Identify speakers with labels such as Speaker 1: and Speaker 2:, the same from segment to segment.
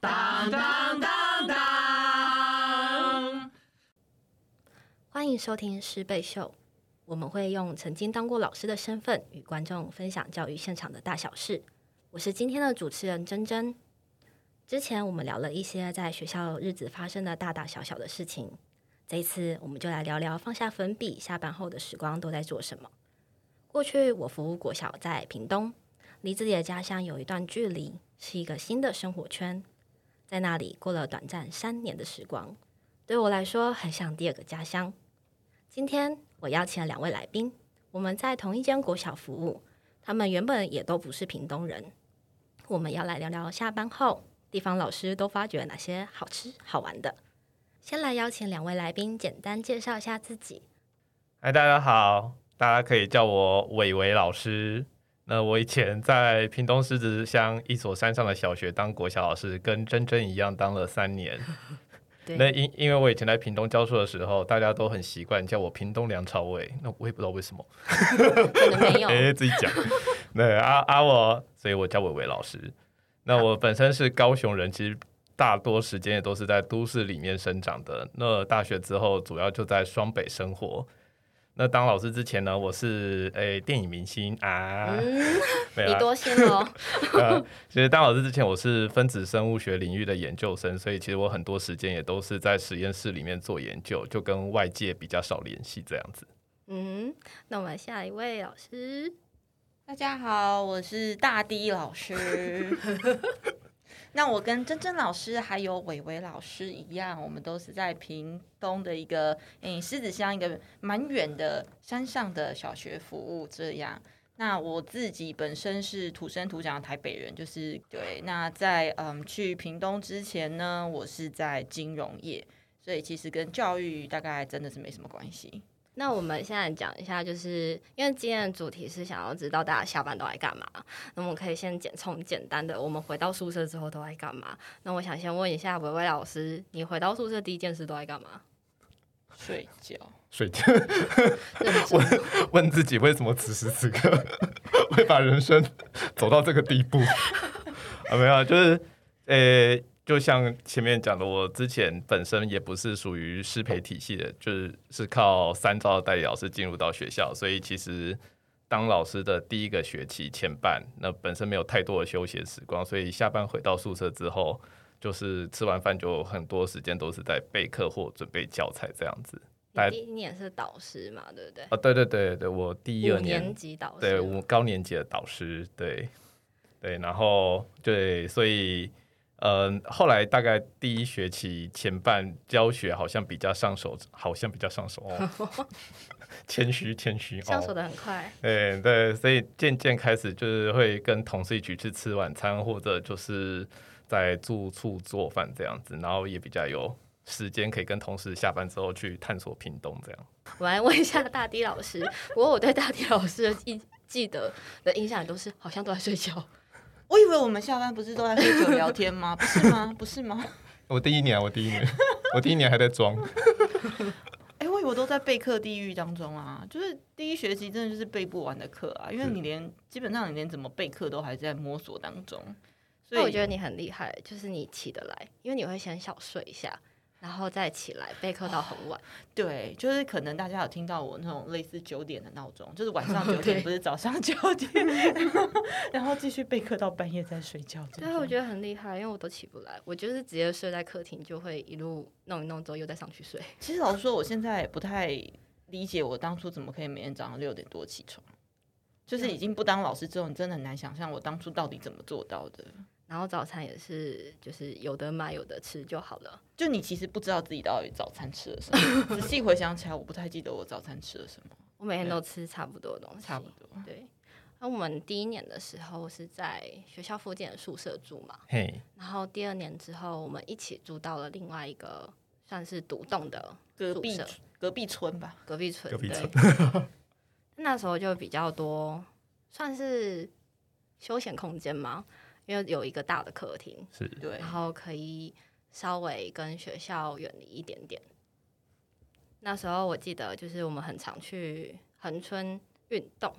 Speaker 1: 当当当当！
Speaker 2: 欢迎收听师贝秀，我们会用曾经当过老师的身份与观众分享教育现场的大小事。我是今天的主持人珍珍。之前我们聊了一些在学校日子发生的大大小小的事情，这一次我们就来聊聊放下粉笔，下班后的时光都在做什么。过去我服务国小在屏东，离自己的家乡有一段距离，是一个新的生活圈。在那里过了短暂三年的时光，对我来说很像第二个家乡。今天我邀请了两位来宾，我们在同一间国小服务，他们原本也都不是屏东人。我们要来聊聊下班后地方老师都发掘哪些好吃好玩的。先来邀请两位来宾简单介绍一下自己。
Speaker 3: 嗨，大家好，大家可以叫我伟伟老师。那我以前在屏东狮子乡一所山上的小学当国小老师，跟珍珍一样当了三年。那因因为我以前在屏东教书的时候，大家都很习惯叫我屏东梁朝伟，那我也不知道为什么，
Speaker 2: 可能没有
Speaker 3: 哎、自己 讲。对啊啊我，所以我叫伟伟老师。那我本身是高雄人，其实大多时间也都是在都市里面生长的。那大学之后，主要就在双北生活。那当老师之前呢，我是诶、电影明星啊，
Speaker 2: 嗯，
Speaker 3: 没有
Speaker 2: 你
Speaker 3: 啦
Speaker 2: 多心了哦。
Speaker 3: 呃，其实当老师之前，我是分子生物学领域的研究生，所以其实我很多时间也都是在实验室里面做研究，就跟外界比较少联系这样子。
Speaker 2: 嗯，那我们下一位老师，
Speaker 4: 大家好，我是大 D 老师。那我跟珍珍老师还有伟伟老师一样，我们都是在屏东的一个诶狮子乡一个蛮远的山上的小学服务这样。那我自己本身是土生土长的台北人，就是对。那在嗯去屏东之前呢，我是在金融业，所以其实跟教育大概真的是没什么关系。
Speaker 2: 那我们现在讲一下，就是因为今天的主题是想要知道大家下班都来干嘛，那么我们可以先简从简单的，我们回到宿舍之后都在干嘛？那我想先问一下维维老师，你回到宿舍第一件事都在干嘛？
Speaker 4: 睡觉，
Speaker 3: 睡觉，
Speaker 2: 认真
Speaker 3: 问自己为什么此时此刻 会把人生走到这个地步 啊？没有啊，就是呃、就像前面讲的，我之前本身也不是属于师培体系的，就是是靠三招的代理老师进入到学校，所以其实当老师的第一个学期前半，那本身没有太多的休闲时光，所以下班回到宿舍之后，就是吃完饭就很多时间都是在备课或准备教材这样子。来
Speaker 2: 你第一年是导师嘛，对不对？
Speaker 3: 啊，对对对对，我第一
Speaker 2: 五
Speaker 3: 二
Speaker 2: 年级导师，
Speaker 3: 对，我高年级的导师，对，对，然后对，所以，嗯、后来大概第一学期前半教学好像比较上手，好像比较上手哦， 谦虚谦虚
Speaker 2: 上手
Speaker 3: 哦，
Speaker 2: 的很快。
Speaker 3: 对对，所以渐渐开始就是会跟同事一起去吃晚餐，或者就是在住处做饭这样子，然后也比较有时间可以跟同事下班之后去探索屏东这样。
Speaker 2: 我来问一下大地老师，不过我对大地老师的记记得的印象都是好像都在睡觉。
Speaker 4: 我以为我们下班不是都在喝酒聊 天吗？不是吗？不是吗？
Speaker 3: 我第一年，我第一 年，我第一年还在装。
Speaker 4: 哎、我以为都在备课地狱当中啊！就是第一学期真的就是备不完的课啊，因为
Speaker 3: 是
Speaker 4: 你连基本上你连怎么备课都还在摸索当中，所
Speaker 2: 那
Speaker 4: 以
Speaker 2: 我觉得你很厉害，就是你起得来，因为你会先小睡一下，然后再起来备课到很晚。
Speaker 4: 对，就是可能大家有听到我那种类似九点的闹钟，就是晚 上
Speaker 2: 对
Speaker 4: 九点，不是早上九点， 然后继续备课到半夜再睡觉这种。
Speaker 2: 对啊，我觉得很厉害，因为我都起不来，我就是直接睡在客厅，就会一路弄一弄之后又再上去睡。
Speaker 4: 其实老实说，我现在也不太理解我当初怎么可以每天早上六点多起床。就是已经不当老师之后，你真的很难想象我当初到底怎么做到的。
Speaker 2: 然后早餐也是，就是有的买有的吃就好了。
Speaker 4: 就你其实不知道自己到底早餐吃了什么，仔细回想起来，我不太记得我早餐吃了什么，
Speaker 2: 我每天都吃差不多的东西，
Speaker 4: 差不多。
Speaker 2: 对。那我们第一年的时候是在学校附近的宿舍住嘛，
Speaker 3: 嘿，
Speaker 2: 然后第二年之后我们一起住到了另外一个算是独栋的
Speaker 4: 隔
Speaker 2: 宿
Speaker 4: 壁
Speaker 2: 舍
Speaker 4: 隔壁村吧，
Speaker 2: 隔壁村，
Speaker 3: 隔壁村
Speaker 2: 对。 那时候就比较多，算是休闲空间嘛，因为有一个大的客厅，
Speaker 3: 是
Speaker 4: 对
Speaker 2: 然，后可以稍微跟学校远离一点点。那时候我记得，就是我们很常去恒春运动，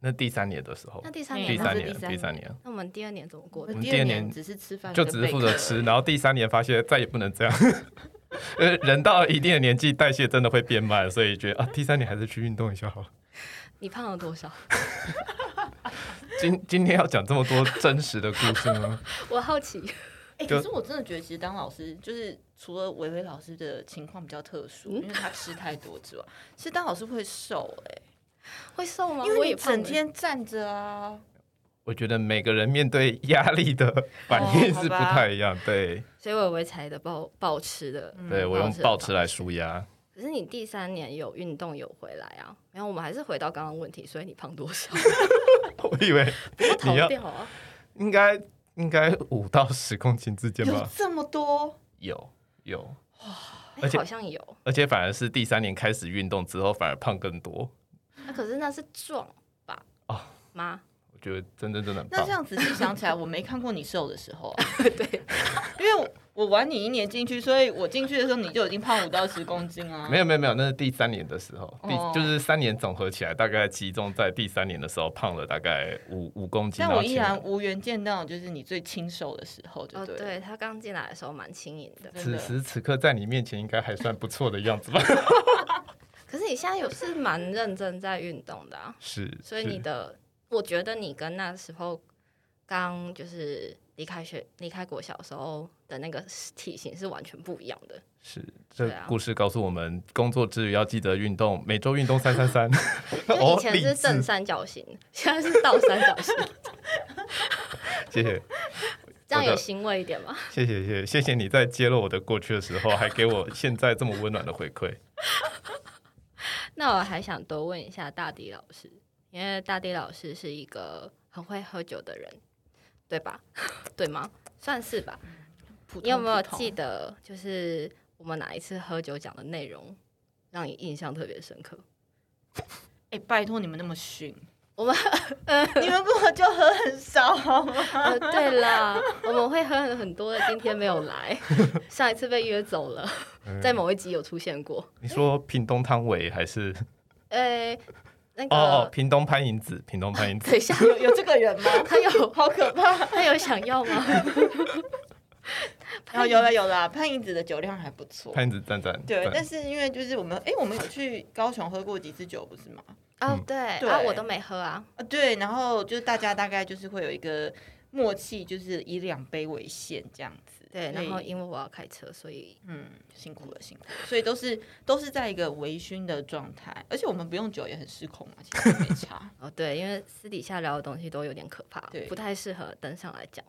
Speaker 3: 那第三年的时候
Speaker 2: 那，第三
Speaker 4: 嗯
Speaker 2: 年
Speaker 3: 哦第
Speaker 2: 呢，
Speaker 3: 三
Speaker 4: 那是
Speaker 3: 年，
Speaker 4: 第三
Speaker 3: 第三
Speaker 4: 年
Speaker 3: 年，
Speaker 2: 那我们第二年怎么过
Speaker 4: 我
Speaker 2: 的？
Speaker 3: 们
Speaker 4: 第
Speaker 3: 第
Speaker 4: 二
Speaker 3: 二
Speaker 4: 年
Speaker 3: 年
Speaker 4: 只是吃饭，
Speaker 3: 就只是负责吃，。然后第三年发现再也不能这样。 呃，人到一定的年纪，代谢真的会变慢，所以觉得啊，第三年还是去运动一下好了。
Speaker 2: 你胖了多少？
Speaker 3: 今今天要讲这么多真实的故事吗？
Speaker 2: 我好奇，
Speaker 4: 哎、
Speaker 3: 就
Speaker 4: 可是我真的觉得，其实当老师就是除了维维老师的情况比较特殊，因为他吃太多之外，其实当老师会瘦哎、
Speaker 2: 会瘦吗？
Speaker 4: 因
Speaker 2: 哦我
Speaker 4: 为
Speaker 2: 也
Speaker 4: 你
Speaker 2: 胖了
Speaker 4: 整天站着啊。
Speaker 3: 我觉得每个人面对压力的反应是不太一样。
Speaker 4: 哦
Speaker 3: 对，
Speaker 2: 所以我微才的暴暴吃的。
Speaker 3: 嗯对
Speaker 4: 嗯
Speaker 3: 我用
Speaker 2: 暴
Speaker 3: 暴
Speaker 2: 吃
Speaker 3: 吃来舒压。
Speaker 2: 可是你第三年有运动有回来啊？然后我们还是回到刚刚问题，所以你胖多 少？
Speaker 3: 我以为
Speaker 2: 我逃
Speaker 3: 你要
Speaker 2: 掉啊！
Speaker 3: 应该应该五到十公斤之间
Speaker 4: 有
Speaker 3: 吧？
Speaker 4: 这么多，
Speaker 3: 有有，
Speaker 2: 哎
Speaker 3: 而且
Speaker 2: 好像有，
Speaker 3: 而且反而是第三年开始运动之后，反而胖更多。
Speaker 2: 那可是那是壮吧？
Speaker 3: 哦
Speaker 2: 妈，
Speaker 3: 我觉得真真真的很
Speaker 4: 那这
Speaker 3: 棒。
Speaker 4: 样仔细想起来，我没看过你瘦的时候、啊，
Speaker 2: 对，
Speaker 4: 因为我晚你一年进去，所以我进去的时候你就已经胖五到十公斤啊。
Speaker 3: 没有没有没有，那是第三年的时候，第
Speaker 4: 哦
Speaker 3: 就是三年总合起来，大概集中在第三年的时候胖了大概五五公斤。
Speaker 4: 但我依
Speaker 3: 然后
Speaker 4: 然
Speaker 3: 前
Speaker 4: 无缘见到，就是你最清瘦的时候，就
Speaker 2: 哦，
Speaker 4: 对了。
Speaker 2: 对他刚进来的时候蛮轻盈的，
Speaker 4: 真
Speaker 3: 此
Speaker 4: 的
Speaker 3: 时此刻在你面前应该还算不错的 样子吧？
Speaker 2: 可是你现在有是蛮认真在运动的啊，
Speaker 3: 是，
Speaker 2: 所以你
Speaker 3: 是
Speaker 2: 的，我觉得你跟那时候刚就是离开学、离开国小的时候的那个体型是完全不一样的。
Speaker 3: 是，这
Speaker 2: 对啊
Speaker 3: 故事告诉我们，工作之余要记得运动，每周运动三三三。
Speaker 2: 就
Speaker 3: 哦，
Speaker 2: 以前
Speaker 3: 励
Speaker 2: 是
Speaker 3: 志
Speaker 2: 正三角形， 现在是倒三角 形，
Speaker 3: 谢谢，
Speaker 2: 这样
Speaker 3: 我的
Speaker 2: 有欣慰一点吗？
Speaker 3: 谢谢，谢谢，谢谢你在揭露我的过去的时候，还给我现在这么温暖的回馈。
Speaker 2: 那我还想多问一下大迪老师，因为大迪老师是一个很会喝酒的人，对吧？ 对吗？算是吧。
Speaker 4: 普通
Speaker 2: 你有没有
Speaker 4: 普通
Speaker 2: 记得，就是我们哪一次喝酒讲的内容，让你印象特别深刻？
Speaker 4: 哎、拜托你们那么逊，
Speaker 2: 我们
Speaker 4: 你们跟我就喝很少好吗？
Speaker 2: 呃，对啦，我们会喝很多的，今天没有来，上一次被约走了，在某一集有出现过。
Speaker 3: 你说屏东汤唯还是？
Speaker 2: 诶、那个，
Speaker 3: 哦哦，屏东潘迎紫，屏东潘 迎
Speaker 2: 等
Speaker 3: 紫
Speaker 2: 一下，
Speaker 4: 有 有这个人吗？
Speaker 2: 他有
Speaker 4: 好可怕！
Speaker 2: 他有想要吗？
Speaker 4: 然后有了有了，潘迎紫的酒量还不错。
Speaker 3: 潘迎紫赞赞。
Speaker 4: 对，
Speaker 3: 赞
Speaker 4: 但是因为就是我们，哎、我们有去高雄喝过几次酒，不是吗？
Speaker 2: 哦
Speaker 3: 嗯，
Speaker 2: 对，
Speaker 4: 对
Speaker 2: 啊，我都没喝啊，
Speaker 4: 啊，对，然后就是大家大概就是会有一个默契，就是以两杯为限这样子。
Speaker 2: 对，
Speaker 4: 所以
Speaker 2: 然后因为我要开车，所以，
Speaker 4: 嗯，辛苦了，辛苦了，所以都是都是在一个微醺的状态，而且我们不用酒也很失控嘛，其实也没差
Speaker 2: 哦，对，因为私底下聊的东西都有点可怕
Speaker 4: 对，
Speaker 2: 不太适合登上来讲。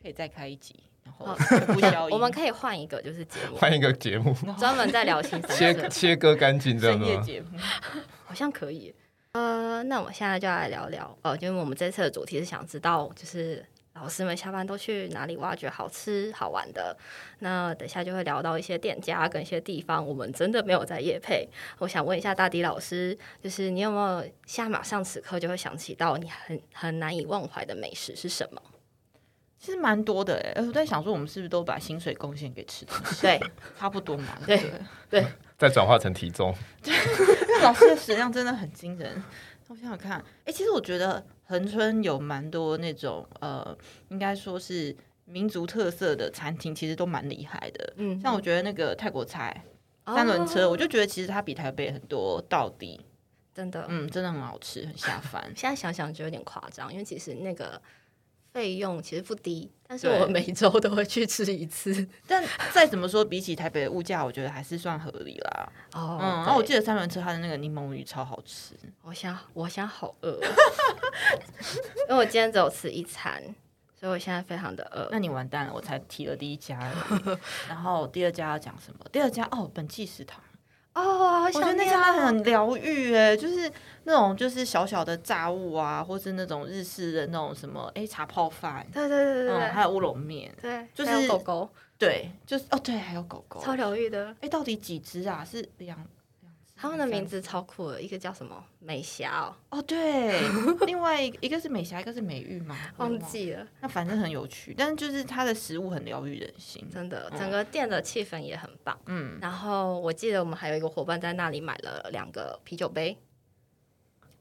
Speaker 4: 可以再开一集，然后
Speaker 2: 好
Speaker 4: 全部消 音。
Speaker 2: 我们可以换一个就是节目，
Speaker 3: 换一个节目，
Speaker 2: 专门在聊新三
Speaker 3: 切
Speaker 2: 色，
Speaker 3: 切割干净这样啊
Speaker 4: 深
Speaker 3: 子
Speaker 4: 夜
Speaker 3: 吗？
Speaker 4: 节目，
Speaker 2: 好像可以。呃，那我们现在就来聊聊，呃，就是我们这次的主题是想知道，就是老师们下班都去哪里挖掘好吃好玩的。那等一下就会聊到一些店家跟一些地方，我们真的没有在夜配。我想问一下大迪老师，就是你有没有现在马上此刻就会想起到你很很难以忘怀的美食是 什么？
Speaker 4: 其实蛮多的哎、欸，我在想说我们是不是都把薪水贡献给吃东西，
Speaker 2: 对，
Speaker 4: 差不多嘛，
Speaker 2: 对
Speaker 4: 对不对。
Speaker 3: 再转化成体重，
Speaker 4: 因为老师的食量真的很惊人。我想想看，哎、其实我觉得恒春有蛮多那种呃，应该说是民族特色的餐厅，其实都蛮厉害的。
Speaker 2: 嗯
Speaker 4: 像我觉得那个泰国菜三轮车，
Speaker 2: 哦
Speaker 4: 我就觉得其实它比台北很多道地，
Speaker 2: 真的，。
Speaker 4: 嗯，真的很好吃，很下饭
Speaker 2: 现在想想就有点夸张，因为其实那个费用其实不低，但是
Speaker 4: 对
Speaker 2: 我每周都会去吃一次。
Speaker 4: 但再怎么说，比起台北的物价，我觉得还是算合理啦。
Speaker 2: 哦
Speaker 4: 嗯，然后我记
Speaker 2: 得
Speaker 4: 得三轮车它的那个柠檬鱼超好吃，
Speaker 2: 我想我想好饿哦， 因为我今天只有吃一餐，所以我现在非常的
Speaker 4: 那
Speaker 2: 饿。
Speaker 4: 你完蛋了，我才提了第一家而 已，然后第二家要讲什么？第二家哦，本气食堂。
Speaker 2: 哦，好
Speaker 4: 我觉得
Speaker 2: 想
Speaker 4: 那
Speaker 2: 念
Speaker 4: 家
Speaker 2: 啊
Speaker 4: 很疗愈哎，就是那种就是小小的炸物啊，或是那种日式的那种什么哎、茶泡饭，
Speaker 2: 对对对对
Speaker 4: 嗯，
Speaker 2: 对
Speaker 4: 还有乌龙面，
Speaker 2: 对，
Speaker 4: 就是
Speaker 2: 还有狗狗
Speaker 4: 对，就是哦对，还有狗狗，
Speaker 2: 超
Speaker 4: 哎、
Speaker 2: 疗愈的，
Speaker 4: 到底几只啊？是两两只
Speaker 2: 他们的名字
Speaker 4: 三只
Speaker 2: 超酷的，一个叫什么美霞哦，
Speaker 4: 哦对，另外一个一个是美霞，一个是美玉嘛，我也
Speaker 2: 忘记了
Speaker 4: 了，，那反正很有趣，但是就是它的食物很疗愈人心，
Speaker 2: 真的，整个店的气氛也很棒。
Speaker 4: 嗯，
Speaker 2: 然后我记得我们还有一个伙伴在那里买了两个啤酒杯，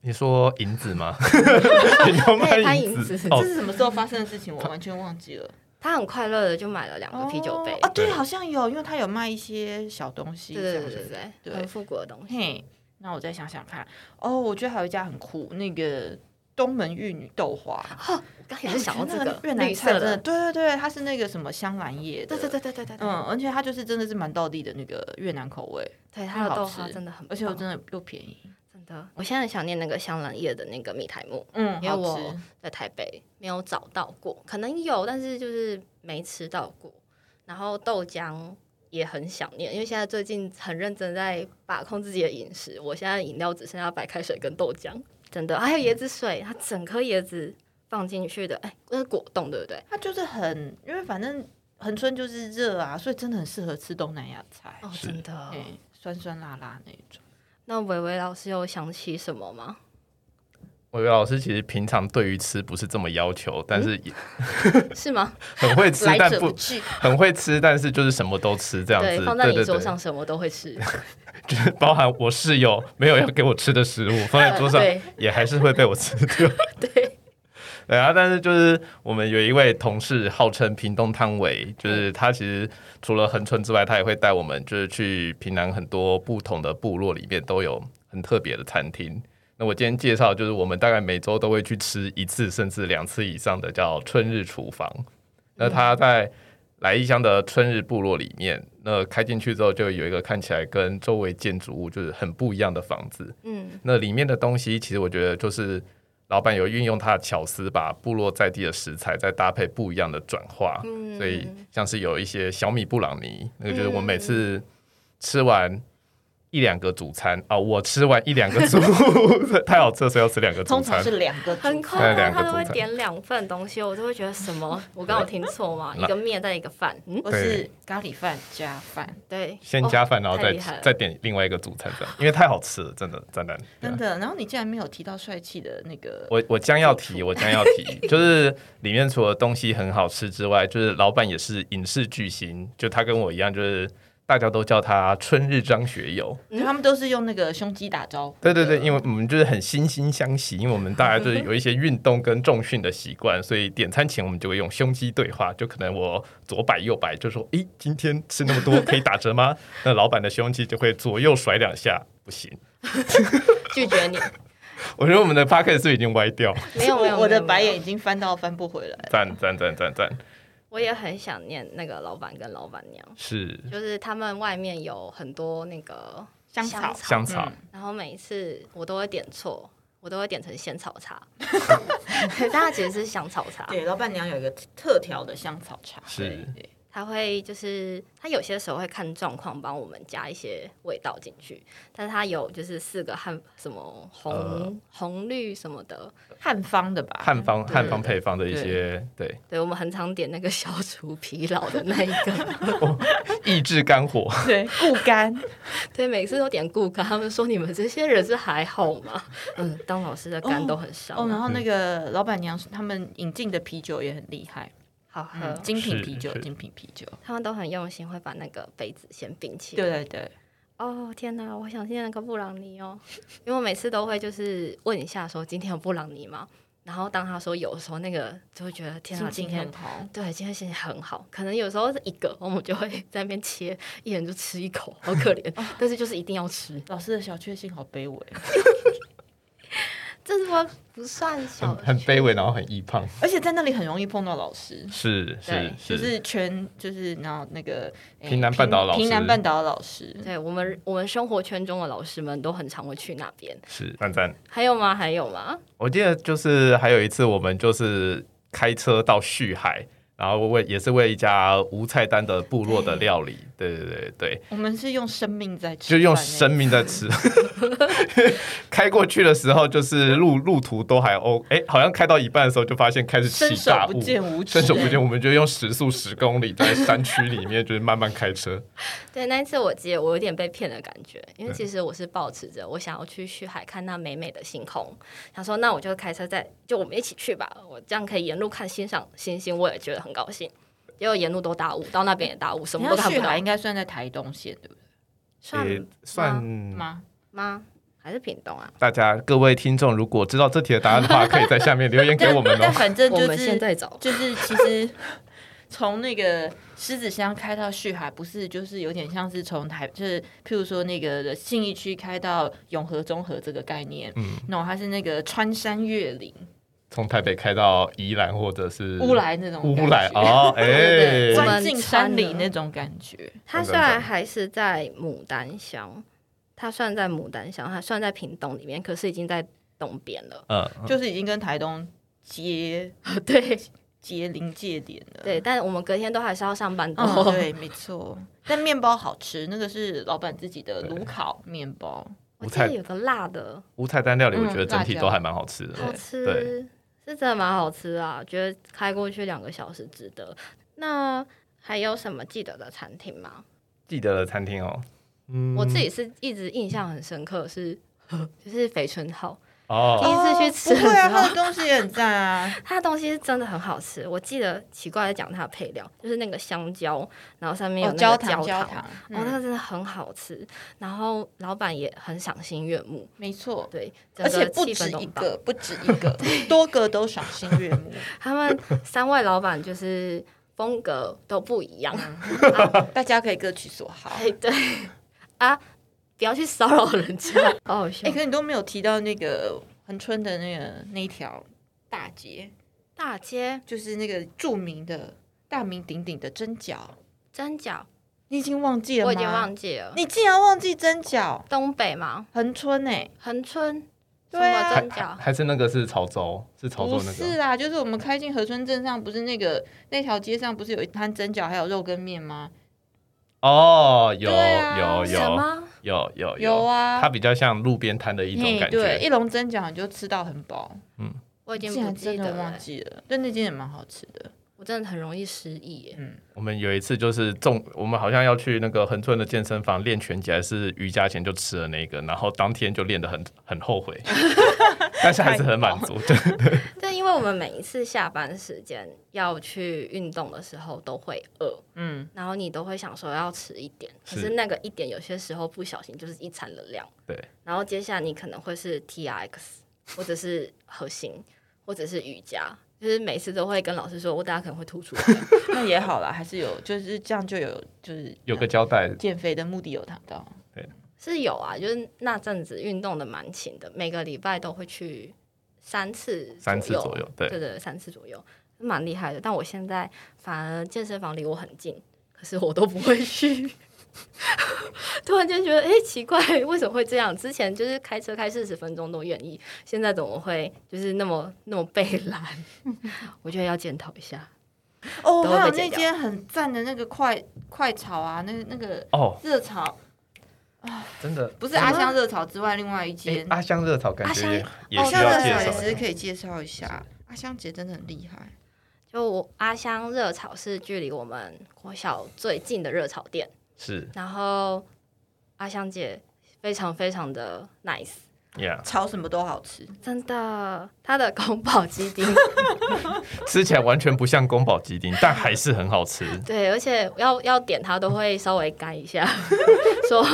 Speaker 3: 你 你说银子 吗？你要
Speaker 2: 对
Speaker 3: 卖
Speaker 2: 潘
Speaker 3: 银
Speaker 2: 银
Speaker 3: 子
Speaker 2: 子
Speaker 3: 哦
Speaker 4: 这，是什么时候发生的事情？我完全忘记了。
Speaker 2: 他很快乐的就买了两个啤酒杯，
Speaker 4: 哦，对，
Speaker 3: 对
Speaker 4: 好像有，因为他有卖一些小东西，
Speaker 2: 对对
Speaker 4: 这样
Speaker 2: 对
Speaker 4: 子
Speaker 2: 对
Speaker 4: 对
Speaker 2: 对，很复古的东西。
Speaker 4: 嘿，那我再想想看。哦，我觉得还有一家很酷，那个东门玉女豆花。
Speaker 2: 哦，我刚才也是想到这
Speaker 4: 哎那
Speaker 2: 个
Speaker 4: 越南
Speaker 2: 绿
Speaker 4: 菜
Speaker 2: 色
Speaker 4: 真的，
Speaker 2: 的，
Speaker 4: 对对对，它是那个什么香兰叶的，
Speaker 2: 对对对对对对，对
Speaker 4: 嗯，而且它就是真的是蛮道地的那个越南口味，
Speaker 2: 对它的
Speaker 4: 好
Speaker 2: 豆
Speaker 4: 吃
Speaker 2: 花真的很棒，
Speaker 4: 而且我真的又便宜，
Speaker 2: 真的，我现在很想念那个香兰叶的那个蜜苔木，
Speaker 4: 嗯，
Speaker 2: 因为
Speaker 4: 好
Speaker 2: 我
Speaker 4: 吃。
Speaker 2: 在台北没有找到过，可能有，但是就是没吃到过。然后豆浆也很想念，因为现在最近很认真在把控自己的饮食，我现在饮料只剩下白开水跟豆浆，真的，还有椰子水，它整颗椰子放进去的，哎，那是果冻对不对？
Speaker 4: 它就是很，因为反正恒春就是热啊，所以真的很适合吃东南亚菜，
Speaker 2: 哦，
Speaker 3: 是
Speaker 2: 真的。
Speaker 4: 哎、酸酸辣辣那一种。
Speaker 2: 那伟伟老师有想起什么吗？
Speaker 3: 我以为老师其实平常对于吃不是这么要求，但是也
Speaker 2: 是吗？
Speaker 3: 很会吃，
Speaker 4: 来
Speaker 3: 但
Speaker 4: 者
Speaker 3: 不
Speaker 2: 哦
Speaker 4: 拒，
Speaker 3: 很会吃，但是就是什么都吃这样
Speaker 2: 对
Speaker 3: 子，，
Speaker 2: 放在
Speaker 3: 对
Speaker 2: 你
Speaker 3: 对
Speaker 2: 桌
Speaker 3: 对，
Speaker 2: 上什么都会 吃。
Speaker 3: 就是包含我室友没有要给我吃的食物，放在桌上
Speaker 2: 对
Speaker 3: 也还是会被我吃掉。
Speaker 2: 对，
Speaker 3: 对啊，但是就是我们有一位同事号称屏东汤唯，
Speaker 2: 嗯
Speaker 3: 就是他其实除了恒春之外，他也会带我们就是去平南很多不同的部落里面都有很特别的餐厅。那我今天介绍就是我们大概每周都会去吃一次甚至两次以上的叫春日厨房。
Speaker 2: 嗯
Speaker 3: 那他在来义乡的春日部落里面，那开进去之后就有一个看起来跟周围建筑物就是很不一样的房子。
Speaker 2: 嗯，
Speaker 3: 那里面的东西，其实我觉得就是老板有运用他的巧思，把部落在地的食材再搭配不一样的转化。
Speaker 2: 嗯
Speaker 3: 所以像是有一些小米布朗尼，那个就是我每次吃完一两个主餐啊、我吃完一两个主， 太好吃了，所以要吃两个主
Speaker 4: 通常
Speaker 3: 餐。
Speaker 4: 是两个
Speaker 2: 很
Speaker 4: 主
Speaker 2: 快
Speaker 4: 餐。
Speaker 3: 对
Speaker 2: 乐，
Speaker 3: 两个
Speaker 2: 他都会
Speaker 3: 主菜
Speaker 2: 点两份东西，我就会觉得什 么？我刚有听错吗？一个面再一个饭，嗯，
Speaker 4: 或是咖喱饭加饭，
Speaker 2: 对，哦
Speaker 3: 先加饭，然后
Speaker 2: 太
Speaker 3: 再
Speaker 2: 厉害了
Speaker 3: 再点另外一个主餐，这样，因为太好吃了，真的，真的。对啊
Speaker 4: 真的。然后你竟然没有提到帅气的那个，
Speaker 3: 我我将要提，我将要提，就是里面除了东西很好吃之外，就是老板也是影视巨星，就他跟我一样，就是大家都叫他春日张学友。
Speaker 4: 因为他们都是用那个胸肌打招呼。
Speaker 3: 对对对，因为我们就是很惺惺相惜，因为我们大家就是有一些运动跟重训的习惯，所以点餐前我们就会用胸肌对话，就可能我左摆右摆，就说：“诶，今天吃那么多可以打折吗？”那老板的胸肌就会左右甩两下，不行。
Speaker 2: 拒绝 你，
Speaker 3: 我觉得我们的 p a c k e t 是已经歪掉，
Speaker 2: 没有没有，
Speaker 4: 我
Speaker 2: 没
Speaker 4: 的
Speaker 2: 有
Speaker 4: 白眼
Speaker 2: 没
Speaker 4: 已
Speaker 2: 有
Speaker 4: 经翻到翻不回来了。
Speaker 3: 赞赞赞赞赞，
Speaker 2: 我也很想念那个老板跟老板娘，
Speaker 3: 是
Speaker 2: 就是他们外面有很多那个
Speaker 4: 香
Speaker 2: 草，
Speaker 4: 草
Speaker 3: 香草。
Speaker 4: 嗯
Speaker 2: 然后每一次我都会点错，我都会点成仙草 茶， 但它其实是香草茶，
Speaker 4: 对，老板娘有一个特调的香草茶，
Speaker 3: 是
Speaker 4: 对对
Speaker 2: 他会就是他有些时候会看状况帮我们加一些味道进去，但是他有就是四个汉什么红、
Speaker 3: 呃
Speaker 2: 红绿什么的，
Speaker 4: 汉方的吧？
Speaker 3: 汉方
Speaker 2: 对
Speaker 3: 汉方配方的一些对
Speaker 2: 对我们很常点那个消除疲劳的那一个，
Speaker 3: 抑制肝火，
Speaker 4: 对，固肝。
Speaker 2: 对，每次都点固肝，他们说你们这些人是还好吗？嗯，当老师的肝都很伤啊、
Speaker 4: 哦，然后那个老板娘他们引进的啤酒也很厉害，
Speaker 2: 好喝，
Speaker 4: 嗯，精品
Speaker 3: 是
Speaker 4: 啤酒，
Speaker 3: 是
Speaker 4: 精品啤酒。
Speaker 2: 他们都很用心，会把那个杯子先冰起来。
Speaker 4: 对对对，
Speaker 2: 哦天哪，我想念那个布朗尼哦， 因为我每次都会就是问一下说今天有布朗尼吗？然后当他说有的时候，那个就会觉得天哪，
Speaker 4: 心
Speaker 2: 今
Speaker 4: 情
Speaker 2: 天
Speaker 4: 很好。
Speaker 2: 对今天心情很好。可能有时候是一个，我们就会在那边切，一人就吃一口，好可怜。但是就是一定要吃，
Speaker 4: 老师的小确幸好卑微，
Speaker 2: 这是不不算小
Speaker 3: 很很卑微，然后很易胖，
Speaker 4: 而且在那里很容易碰到老师，
Speaker 3: 是
Speaker 2: 对
Speaker 3: 是，
Speaker 4: 就是是全就是然后那个诶
Speaker 3: 平南半岛老师
Speaker 4: 平南半岛老师，
Speaker 2: 对我们我们生活圈中的老师们都很常会去那边。
Speaker 3: 是赞赞。
Speaker 2: 还有吗？还有吗？
Speaker 3: 我记得就是还有一次，我们就是开车到旭海，然后为也是为一家无菜单的部落的料理，对对对对，
Speaker 4: 我们是用生命在吃
Speaker 3: 就
Speaker 4: 饭欸，
Speaker 3: 用生命在吃。 开过去的时候，就是路路途都还 O，哎、好像开到一半的时候就发现开始
Speaker 4: 伸
Speaker 3: 起
Speaker 4: 手
Speaker 3: 大
Speaker 4: 不
Speaker 3: 雾。
Speaker 4: 见五指，
Speaker 3: 伸手不见，我们就用时速十公里在山区里面，就是慢慢开车。
Speaker 2: 对，那一次我记得我有点被骗的感觉，因为其实我是抱持着我想要去旭海看那美美的星空，想说那我就开车在，就我们一起去吧，我这样可以沿路看欣赏星星，我也觉得很高兴。结果沿路都大雾，到那边也大雾，什
Speaker 4: 你
Speaker 2: 么
Speaker 4: 要
Speaker 2: 都看
Speaker 4: 去
Speaker 2: 不到
Speaker 4: 海应。该算在台东县对不对？
Speaker 2: 算
Speaker 3: 诶算
Speaker 4: 吗？
Speaker 2: 吗？还是屏东啊？
Speaker 3: 大家各位听众，如果知道这题的答案的话，可以在下面留言给我们
Speaker 4: 但
Speaker 3: 哦。
Speaker 4: 反正
Speaker 2: 我
Speaker 4: 就
Speaker 2: 们现
Speaker 4: 是
Speaker 2: 在找
Speaker 4: 就是其实从那个狮子乡开到旭海，不是就是有点像是从台，就是譬如说那个信义区开到永和中和这个概念，
Speaker 3: 嗯，
Speaker 4: 那、它是那个穿山越岭
Speaker 3: 从台北开到宜兰或者是
Speaker 4: 乌，来那种感觉
Speaker 3: 乌来，哦，哎
Speaker 4: 对，
Speaker 2: 我们
Speaker 4: 钻进山里
Speaker 2: 穿了
Speaker 4: 那种感觉，
Speaker 2: 它虽然还是在牡丹乡，它算在牡丹乡，它算在屏东里面，可是已经在东边了。
Speaker 3: 嗯，
Speaker 4: 就是已经跟台东接
Speaker 2: 对
Speaker 4: 接临界点了。
Speaker 2: 对，但我们隔天都还是要上班的。
Speaker 4: 嗯， 对，没错。但面包好吃，那个是老板自己的炉烤面包，
Speaker 2: 我记得有个辣的，
Speaker 3: 无菜单料理，我觉得
Speaker 4: 嗯
Speaker 3: 整体
Speaker 4: 辣椒
Speaker 3: 都还蛮好吃的。
Speaker 2: 好
Speaker 3: 对
Speaker 2: 吃，是真的蛮好吃啊！觉得开过去两个小时值得。那还有什么记得的餐厅吗？
Speaker 3: 记得的餐厅哦，嗯
Speaker 2: 我自己是一直印象很深刻是， 就是肥春号，第
Speaker 3: 哦，
Speaker 2: 一次去吃的
Speaker 4: 哦不会啊，
Speaker 2: 时候
Speaker 4: 他的东西也很赞 啊。
Speaker 2: 它的东西是真的很好吃。我记得奇怪在讲它的配料，就是那个香蕉，然后上面有
Speaker 4: 哦，
Speaker 2: 那
Speaker 4: 焦
Speaker 2: 个
Speaker 4: 糖
Speaker 2: 焦
Speaker 4: 焦
Speaker 2: 糖，
Speaker 4: 糖，
Speaker 2: 哦，那
Speaker 4: 嗯
Speaker 2: 个真的很好吃。然后老板也很赏心悦目，
Speaker 4: 没错。
Speaker 2: 对，整
Speaker 4: 而且
Speaker 2: 个
Speaker 4: 不
Speaker 2: 气
Speaker 4: 止
Speaker 2: 氛都
Speaker 4: 一
Speaker 2: 很棒。
Speaker 4: 个，不止一 个，多个都赏心悦目。
Speaker 2: 他们三位老板就是风格都不一样，
Speaker 4: 大家可以各取所好。
Speaker 2: 哎，对啊，不要去骚扰人家， 好好笑
Speaker 4: 哎，。可你都没有提到那个恒春的那个那一条大街，
Speaker 2: 大街
Speaker 4: 就是那个著名的大名鼎鼎的蒸饺，
Speaker 2: 蒸饺，
Speaker 4: 你已经忘记了吗？
Speaker 2: 我已经忘记了。
Speaker 4: 你竟然忘记蒸饺，
Speaker 2: 东北嘛，
Speaker 4: 恒春哎、
Speaker 2: 恒春什
Speaker 4: 对
Speaker 2: 么
Speaker 4: 啊
Speaker 3: 还
Speaker 2: 蒸
Speaker 3: 还
Speaker 2: 饺？
Speaker 3: 还是那个是潮州，是潮州
Speaker 4: 不
Speaker 3: 那
Speaker 4: 是
Speaker 3: 个
Speaker 4: 啦，就是我们开进河村镇上，不是那个那条街上不是有一摊蒸饺，还有肉羹面吗？
Speaker 3: 哦，有
Speaker 4: 对啊
Speaker 3: 有
Speaker 2: 什
Speaker 3: 有
Speaker 2: 么？
Speaker 3: 有有
Speaker 4: 有，啊，
Speaker 3: 它比较像路边摊的一种
Speaker 4: 嘿
Speaker 3: 感
Speaker 4: 对，
Speaker 3: 觉。
Speaker 4: 一笼蒸饺你就吃到很饱，
Speaker 2: 我已经
Speaker 4: 竟
Speaker 2: 不
Speaker 4: 然
Speaker 2: 记
Speaker 4: 真
Speaker 2: 得
Speaker 4: 的
Speaker 2: 了
Speaker 4: 忘
Speaker 2: 欸，
Speaker 4: 记了。对，那间也蛮好吃的，
Speaker 2: 我真的很容易失忆欸耶。
Speaker 4: 嗯，
Speaker 3: 我们有一次就是中，我们好像要去那个恒春的健身房练拳击还是瑜伽前就吃了那个，然后当天就练得很很后悔，但是还是很满足。对
Speaker 2: 对，因为我们每一次下班时间要去运动的时候都会饿，
Speaker 4: 嗯，
Speaker 2: 然后你都会想说要吃一点，可
Speaker 3: 是
Speaker 2: 是那个一点有些时候不小心就是一餐的量，
Speaker 3: 对，
Speaker 2: 然后接下来你可能会是 T R X 或者是核心或者是瑜伽，就是每次都会跟老师说，我大家可能会吐出来。
Speaker 4: 那也好啦，还是有，就是这样就有，就是
Speaker 3: 有个交代，
Speaker 4: 减肥的目的有达到。
Speaker 2: 是有啊，就是那阵子运动的蛮勤的，每个礼拜都会去三次
Speaker 3: 三次左右对
Speaker 2: 对对，三次左右，蛮厉害的。但我现在反而健身房离我很近，可是我都不会去。 突然间觉得，哎、奇怪，为什么会这样？之前就是开车开四十分钟都愿意，现在怎么会就是那么那么被拦？ 我觉得要检讨一下。都会
Speaker 4: 哦，
Speaker 2: 被
Speaker 4: 还有那
Speaker 2: 剪掉
Speaker 4: 间很赞的那个快快炒啊，那那个
Speaker 3: 哦，
Speaker 4: 热炒，
Speaker 3: 真的
Speaker 4: 不是阿香热炒之外，另外一
Speaker 3: 诶
Speaker 4: 间
Speaker 3: 阿香热炒感
Speaker 2: 阿
Speaker 3: 觉
Speaker 2: 香
Speaker 3: 也也
Speaker 4: 哦，
Speaker 3: 需
Speaker 4: 香
Speaker 3: 要
Speaker 4: 热
Speaker 3: 介
Speaker 4: 炒
Speaker 3: 绍
Speaker 4: 也
Speaker 3: 一
Speaker 4: 是
Speaker 3: 下。
Speaker 4: 可以介绍一下。阿香姐真的很厉害，
Speaker 2: 就我阿香热炒是距离我们国小最近的热炒店。
Speaker 3: 是
Speaker 2: 然后阿香姐非常非常的 nice，
Speaker 3: ，Yeah，
Speaker 4: 炒什么都好吃。
Speaker 2: 真的，她的宫保鸡丁，
Speaker 3: 吃起来完全不像宫保鸡丁，但还是很好吃。
Speaker 2: 对，而且要要点她都会稍微干一下， 说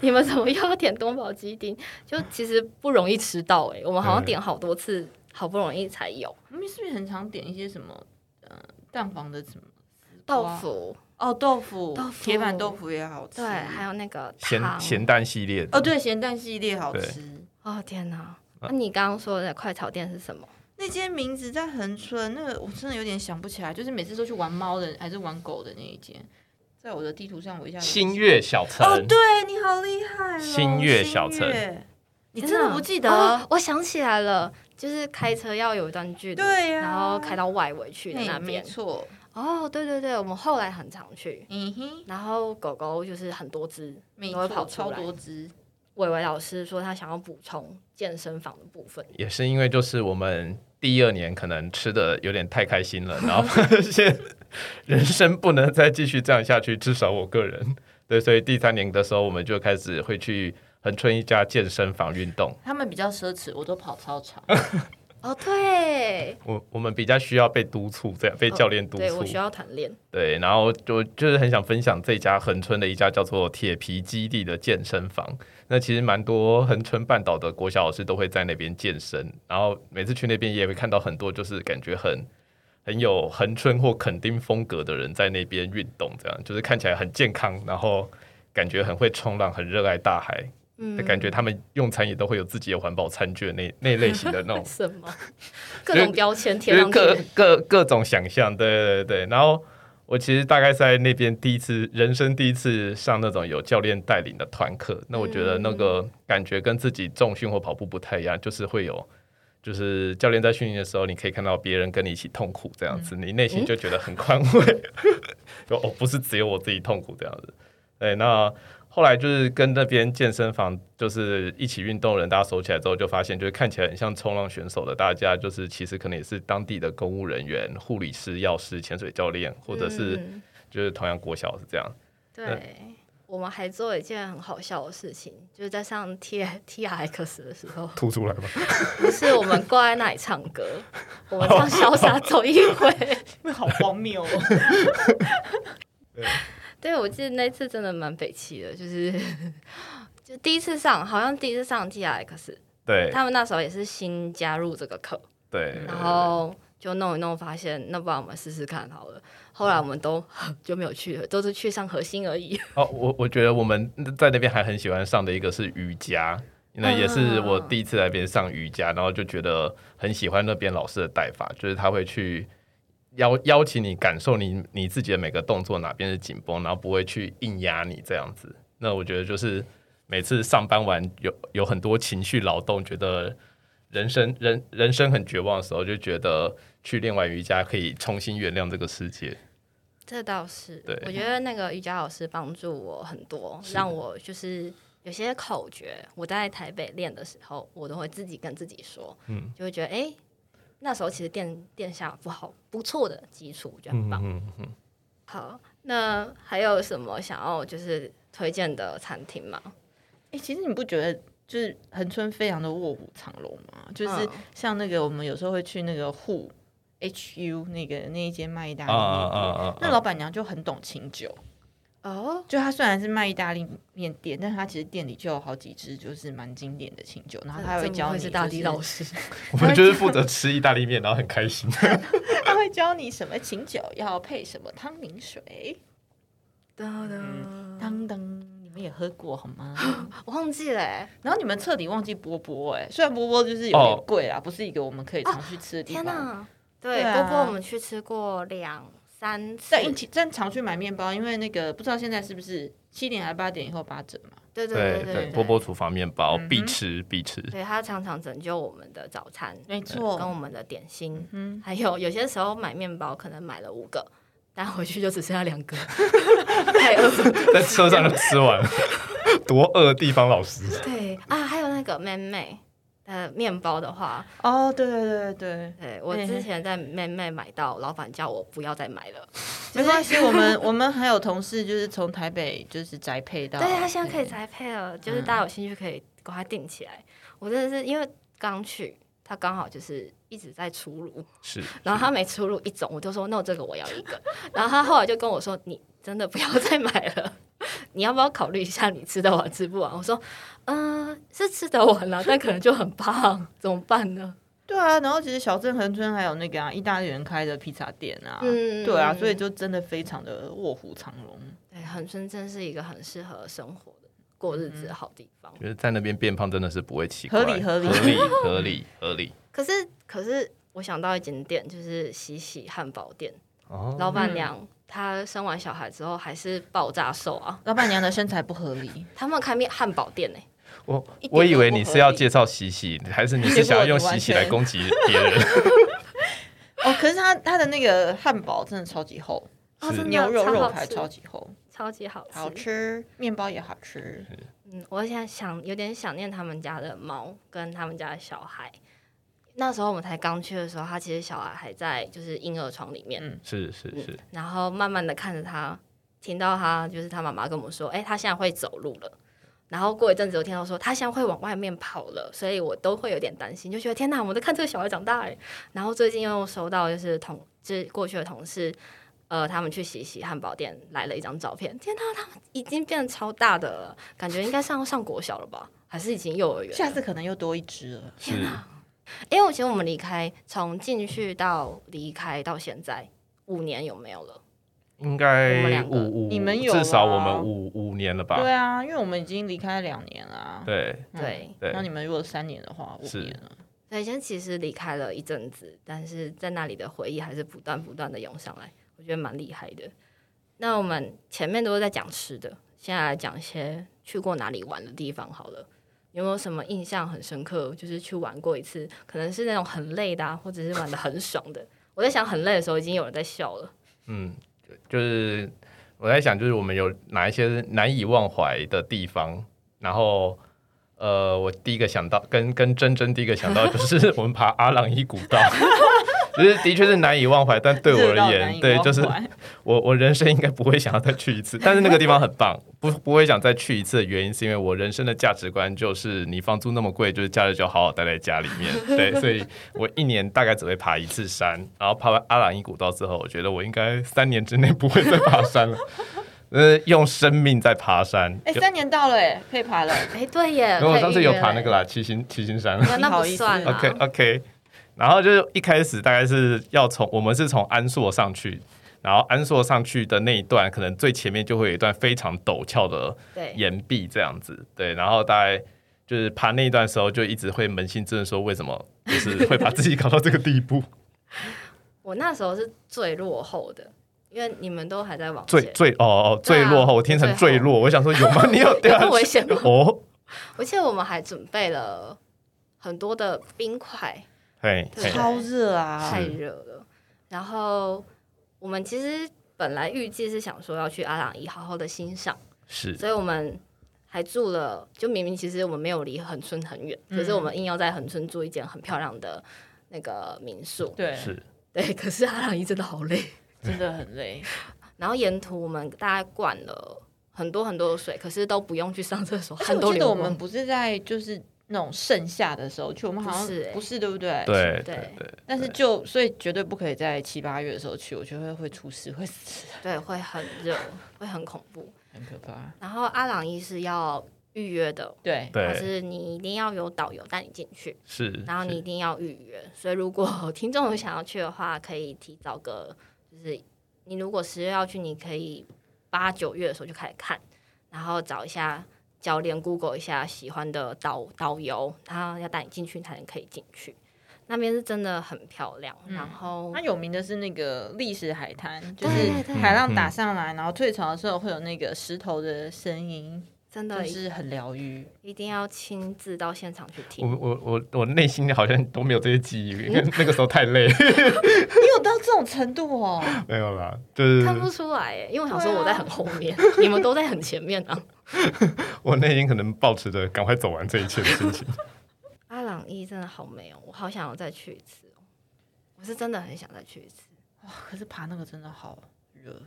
Speaker 2: 你们怎么又要点宫保鸡丁？就其实不容易吃到哎、我们好像点好多次，好不容易才有
Speaker 4: 你们是不是很常点一些什么呃蛋黄的什么
Speaker 2: 豆腐，
Speaker 4: 哦豆腐
Speaker 2: 豆腐
Speaker 4: 铁板豆腐也好吃，
Speaker 2: 对，还有那个
Speaker 3: 咸
Speaker 2: 汤，
Speaker 3: 咸蛋系列的
Speaker 4: 哦对咸蛋系列好吃。
Speaker 2: 哦天哪！
Speaker 4: 啊
Speaker 2: 那、你刚刚说的快炒店是什么？
Speaker 4: 那间名字在恒春，那个我真的有点想不起来，就是每次都去玩猫的还是玩狗的那一间，在我的地图上我一下有
Speaker 3: 新月小城
Speaker 4: 哦，对你好厉害、哦，
Speaker 3: 新月小城
Speaker 4: 新月，你真
Speaker 2: 天
Speaker 4: 的
Speaker 2: 哪
Speaker 4: 不记得？
Speaker 2: 哦我想起来了，就是开车要有一段距离，
Speaker 4: 对呀
Speaker 2: 然后开到外围去的
Speaker 4: 嘿
Speaker 2: 那
Speaker 4: 没
Speaker 2: 边。
Speaker 4: 错，
Speaker 2: 哦，对对对，我们后来很常去，
Speaker 4: 嗯哼，
Speaker 2: 然后狗狗就是很多只
Speaker 4: 没
Speaker 2: 都会
Speaker 4: 错，
Speaker 2: 跑出
Speaker 4: 超
Speaker 2: 来。
Speaker 4: 多只，
Speaker 2: 伟伟老师说他想要补充健身房的部分，
Speaker 3: 也是因为就是我们第二年可能吃的有点太开心了， 然后发现人生不能再继续这样下去，至少我个人对，所以第三年的时候我们就开始会去恒春一家健身房运动。
Speaker 4: 他们比较奢侈，我都跑操场。
Speaker 2: 哦，对，
Speaker 3: 我我们比较需要被督促，这样被教练督
Speaker 2: 对我
Speaker 3: 促。
Speaker 2: 需要谈恋，
Speaker 3: 对，然后就就是很想分享这家恒春的一家叫做铁皮基地的健身房。那其实蛮多恒春半岛的国小老师都会在那边健身，然后每次去那边也会看到很多就是感觉很很有恒春或垦丁风格的人在那边运动，这样就是看起来很健康，然后感觉很会冲浪，很热爱大海。
Speaker 2: 嗯
Speaker 3: 感觉他们用餐也都会有自己的环保餐具的那那类型的那种
Speaker 2: 什 么各种标签贴
Speaker 3: 就是
Speaker 2: 上
Speaker 3: 各
Speaker 2: 去，
Speaker 3: 各各种想象，对对对。然后我其实大概是在那边第一次，人生第一次上那种有教练带领的团课，那我觉得那个
Speaker 2: 嗯
Speaker 3: 感觉跟自己重训或跑步不太一样，就是会有。就是教练在训练的时候，你可以看到别人跟你一起痛苦这样子，
Speaker 2: 嗯
Speaker 3: 你内心就觉得很宽慰。就哦，不是只有我自己痛苦这样子。对，那后来就是跟那边健身房就是一起运动的人，大家熟起来之后，就发现就是看起来很像冲浪选手的，大家就是其实可能也是当地的公务人员、护理师、药师、潜水教练，或者是呃
Speaker 2: 嗯
Speaker 3: 就是同样国小是这样。
Speaker 2: 对。我们还做一件很好笑的事情，就是在上 T T R X 的时候，
Speaker 3: 吐出来吧，
Speaker 2: 不是我们挂在那里唱歌，我们
Speaker 3: 哦
Speaker 2: 唱《潇洒走一回》。
Speaker 4: 那 好荒谬哦！
Speaker 2: 对，我记得那次真的蛮北气的，就是 就第一次上，好像第一次上 T R X，
Speaker 3: 对
Speaker 2: 他们那时候也是新加入这个课，
Speaker 3: 对，
Speaker 2: 然后就弄一弄，发现那不然我们试试看好了。后来我们都 就没有去了，都是去上核心而已。
Speaker 3: 哦，我我觉得我们在那边还很喜欢上的一个是瑜伽，那也是我第一次来那边上瑜伽，然后就觉得很喜欢那边老师的带法，就是他会去邀邀请你感受你你自己的每个动作哪边是紧绷，然后不会去硬压你这样子。那我觉得就是每次上班完有有很多情绪劳动，觉得人生人人生很绝望的时候，就觉得去练完瑜伽可以重新原谅这个世界。
Speaker 2: 这倒是
Speaker 3: 对，
Speaker 2: 我觉得那个瑜伽老师帮助我很多，让我就是有些口诀，我在台北练的时候，我都会自己跟自己说，
Speaker 3: 嗯
Speaker 2: 就会觉得哎、诶那时候其实垫垫下不好不错的基础，我觉得很棒。
Speaker 3: 嗯嗯，
Speaker 2: 好，那还有什么想要就是推荐的餐厅吗？
Speaker 4: 哎、其实你不觉得就是恒春非常的卧虎藏龙吗？就是
Speaker 2: 嗯
Speaker 4: 像那个我们有时候会去那个户 H U 那个那一间卖意大利
Speaker 3: 啊啊
Speaker 4: 面
Speaker 3: 啊
Speaker 4: 店，
Speaker 3: 啊啊！
Speaker 4: 那老板娘就很懂清酒。
Speaker 2: 哦，
Speaker 4: 就她虽然是卖意大利面店，但她其实店里就有好几支就是蛮经典的清酒，然后她会
Speaker 2: 这不
Speaker 4: 教
Speaker 2: 愧
Speaker 4: 你、
Speaker 2: 是大地老
Speaker 4: 师，
Speaker 2: 师，
Speaker 3: 我们就是负责吃意大利面，然后很开心。
Speaker 4: 她会教你什么清酒要配什么汤明水。
Speaker 2: 当
Speaker 3: 嗯
Speaker 2: 当
Speaker 4: 嗯当当，你们也喝过好吗？
Speaker 2: 我忘记了、欸，
Speaker 4: 然后你们彻底忘记波波哎、虽然波波就是有点
Speaker 3: 哦
Speaker 4: 贵啦，不是一个我们可以常去吃的地
Speaker 2: 天
Speaker 4: 方。
Speaker 2: 哪！对，
Speaker 4: 对啊
Speaker 2: 波波我们去吃过两三次，
Speaker 4: 在一起正常去买面包，因为那个不知道现在是不是七点还八点以后八折嘛？
Speaker 2: 对对
Speaker 3: 对
Speaker 2: 对
Speaker 3: 对，
Speaker 2: 对，
Speaker 3: 波波厨房面包
Speaker 4: 嗯哼
Speaker 3: 必吃必吃。
Speaker 2: 对他常常拯救我们的早餐
Speaker 4: 没
Speaker 3: 哦
Speaker 2: 跟我
Speaker 4: 错，
Speaker 2: 们的点心，
Speaker 4: 嗯，
Speaker 2: 还有有些时候买面包可能买了五个，但回去就只剩下两 个，太饿了。
Speaker 3: 在车上就吃完了， 多饿！地方老师，
Speaker 2: 对啊，还有那个妹妹。呃，面包的话，
Speaker 4: 哦，对对对对对，
Speaker 2: 对我之前在妹妹买到，老板叫我不要再买了。
Speaker 4: 没关系，我们 我们还有同事就是从台北就是宅配到，
Speaker 2: 对，啊他现在可以宅配了，就是大家有兴趣可以把它订起来。我真的是因为刚去，他刚好就是一直在出炉，
Speaker 3: 是
Speaker 2: 然后他每出入一种，我就说 no，这个我要一个。然后他后来就跟我说，你真的不要 再买了，你要不要考虑一下，你吃得完吃不完？我说，嗯、是吃得完了，但可能就很胖，怎么办呢？
Speaker 4: 对啊，然后其实小镇恒春还有那个啊意大利人开的披萨店啊，
Speaker 2: 嗯
Speaker 4: 对啊，所以就真的非常的卧虎藏龙。
Speaker 2: 对，恒春真是一个很适合生活的过日
Speaker 4: 嗯
Speaker 2: 子的好地方。
Speaker 3: 觉得在那边变胖真的是不会奇怪，
Speaker 4: 合理合理
Speaker 3: 合理合理合理。
Speaker 2: 可是，可是我想到一间店，就是喜喜汉堡店，
Speaker 3: 哦，
Speaker 2: 老板娘。她生完小孩之后还是爆炸瘦啊！
Speaker 4: 老板娘的身材不合理，
Speaker 2: 他们开面汉堡店呢、欸
Speaker 3: 我
Speaker 4: 一点都不合
Speaker 3: 我
Speaker 4: 理
Speaker 3: 以为你是要介绍喜喜，还是你是想要用喜喜来攻击别 人？
Speaker 4: 哦，可是他他的那个汉堡真的超级厚，
Speaker 2: 哦，
Speaker 3: 是
Speaker 2: 真的
Speaker 4: 牛肉
Speaker 2: 超
Speaker 4: 肉
Speaker 2: 好
Speaker 4: 排
Speaker 2: 吃
Speaker 4: 超级厚，
Speaker 2: 超级好吃，
Speaker 4: 好吃，面包也好吃。
Speaker 2: 嗯，我现在想有点想念他们家的猫跟他们家的小孩。那时候我们才刚去的时候，他其实小孩还在就是婴儿床里面，
Speaker 4: 嗯
Speaker 3: 是是是，
Speaker 2: 然后慢慢的看着他，听到他就是他妈妈跟我们说，哎、他现在会走路了。然后过一阵子，我听到说他现在会往外面跑了，所以我都会有点担心，就觉得天哪，我们在看这个小孩长大哎。然后最近又收到就是同就是过去的同事，呃，他们去洗洗汉堡店来了一张照片，天哪，他们已经变得超大的了，感觉应该上上国小了吧，还是已经幼儿园了？
Speaker 4: 下次可能又多一只了。
Speaker 3: 是
Speaker 2: 因为我觉得我们离开，从进去到离开到现在五年有没有了？
Speaker 3: 应
Speaker 2: 我们
Speaker 3: 该
Speaker 2: 两个
Speaker 3: 五五，
Speaker 4: 你们有
Speaker 3: 至少
Speaker 4: 啊
Speaker 3: 我们五五年了吧？
Speaker 4: 对啊，因为我们已经离开两年了啊。
Speaker 3: 对
Speaker 4: 嗯
Speaker 2: 对，
Speaker 3: 对
Speaker 4: 那你们如果三年的话，五
Speaker 3: 是
Speaker 4: 年了。
Speaker 2: 所以现在其实离开了一阵子，但是在那里的回忆还是不断不断的涌上来，我觉得蛮厉害的。那我们前面都是在讲吃的，现在来讲一些去过哪里玩的地方好了。有没有什么印象很深刻？就是去玩过一次，可能是那种很累的、啊，或者是玩的很爽的。我在想很累的时候，已经有人在笑了。
Speaker 3: 嗯，就是我在想，就是我们有哪一些难以忘怀的地方，然后。呃，我第一个想到，跟跟珍珍第一个想到就是我们爬阿朗伊古道， 就是的确是难以忘怀，但对我
Speaker 4: 热到
Speaker 3: 而
Speaker 4: 难
Speaker 3: 言，
Speaker 4: 以
Speaker 3: 对，
Speaker 4: 忘
Speaker 3: 就是
Speaker 4: 怀哎
Speaker 3: 我我人生应该不会想要再去一次，但是那个地方很棒，不不会想再去一次的原因是因为我人生的价值观就是你房租那么贵，就是假日就好好待在家里面，对，所以我一年大概只会爬一次山，然后爬完阿朗伊古道之后，我觉得我应该三年之内不会再爬山了， 呃，用生命在爬山。
Speaker 4: 哎，
Speaker 3: 就
Speaker 4: 三年到了，哎，可以 爬了。
Speaker 2: 哎、对耶！
Speaker 3: 然后我
Speaker 2: 可以
Speaker 3: 上次有
Speaker 2: 预约
Speaker 3: 爬
Speaker 2: 嘞
Speaker 3: 那个啦，七星七星山。
Speaker 2: 那那不算啦。
Speaker 3: OK OK，然后就是一开始大概是要从我们是从安硕上去，然后安硕上去的那一段，可能最前面就会有一段非常陡峭的
Speaker 2: 对，
Speaker 3: 岩壁这样子，对，然后大概就是爬那一段时候，就一直会扪心自问说，为什么就是会把自己搞到这个 地步，
Speaker 2: 我那时候是最落后的，因为你们都还在往
Speaker 3: 最
Speaker 2: 前，
Speaker 3: 最哦哦最落后，我听成
Speaker 2: 啊最
Speaker 3: 坠
Speaker 2: 后
Speaker 3: 落，我想说有吗？你有掉
Speaker 2: 有这 么危
Speaker 3: 下
Speaker 2: 险
Speaker 3: 去
Speaker 2: 吗
Speaker 3: 哦，
Speaker 2: 而且我们还准备了很多的冰块，
Speaker 3: 嘿，嘿
Speaker 2: 对
Speaker 4: 超热啊！
Speaker 2: 太热了。然后我们其实本来预计是想说要去阿朗伊好好的欣赏，
Speaker 3: 是
Speaker 2: 所以我们还住了，就明明其实我们没有离恒村很远，
Speaker 4: 嗯
Speaker 2: 可是我们硬要在恒村住一间很漂亮的那个民宿。
Speaker 4: 对，
Speaker 3: 是，
Speaker 2: 对，可是阿朗伊真的好累。
Speaker 4: 真的很累。
Speaker 2: 然后沿途我们大概灌了很多很多的水，可是都不用去上厕所，
Speaker 4: 而且
Speaker 2: 汗
Speaker 4: 我
Speaker 2: 都
Speaker 4: 记得
Speaker 2: 流
Speaker 4: 我
Speaker 2: 光
Speaker 4: 们不是在就是那种盛夏的时候去，我们好像
Speaker 2: 不是欸
Speaker 4: 不是哎对不对？。
Speaker 3: 对
Speaker 2: 对
Speaker 3: 对对，
Speaker 4: 但是就所以绝对不可以在七八月的时候去，我觉得会出事，会死，
Speaker 2: 对，会很热，会很恐怖。
Speaker 4: 很可怕。
Speaker 2: 然后阿朗伊是要预约的，
Speaker 4: 对，
Speaker 2: 就
Speaker 3: 对
Speaker 2: 是你一定要有导游带你进去，
Speaker 3: 是，
Speaker 2: 然后你一
Speaker 3: 是
Speaker 2: 定要预约。所以如果 听众有想要去的话，可以提早个，就是你如果十月要去，你可以八九月的时候就开始看，然后找一下教练，Google 一下喜欢的导导游，他要带你进去你才能可以进去。那边是真的很漂亮，然后
Speaker 4: 它有名的是那个历史海滩，就
Speaker 2: 对
Speaker 4: 是
Speaker 2: 对对，
Speaker 4: 海
Speaker 3: 嗯
Speaker 4: 浪打上来，然后退潮的时候会有那个石头的声音，
Speaker 2: 真
Speaker 4: 就
Speaker 2: 的
Speaker 4: 是很疗愈。
Speaker 2: 一定要亲自到现场去听
Speaker 3: 我。我我我内心好像都没有这些记忆，
Speaker 4: 嗯
Speaker 3: 因为那个时候太累 了。
Speaker 4: 你有到这种程度哦？
Speaker 3: 没有啦，就是
Speaker 2: 看不出来耶，因为我想说
Speaker 4: 对啊
Speaker 2: 我在很后面，你们都在很前面啊。
Speaker 3: 我内心可能抱持着赶快走完这一切的心 情。
Speaker 2: 阿朗伊真的好美哦，我好想要再去一次哦，我是真的很想再去一次，
Speaker 4: 哇，可是爬那个真的好热，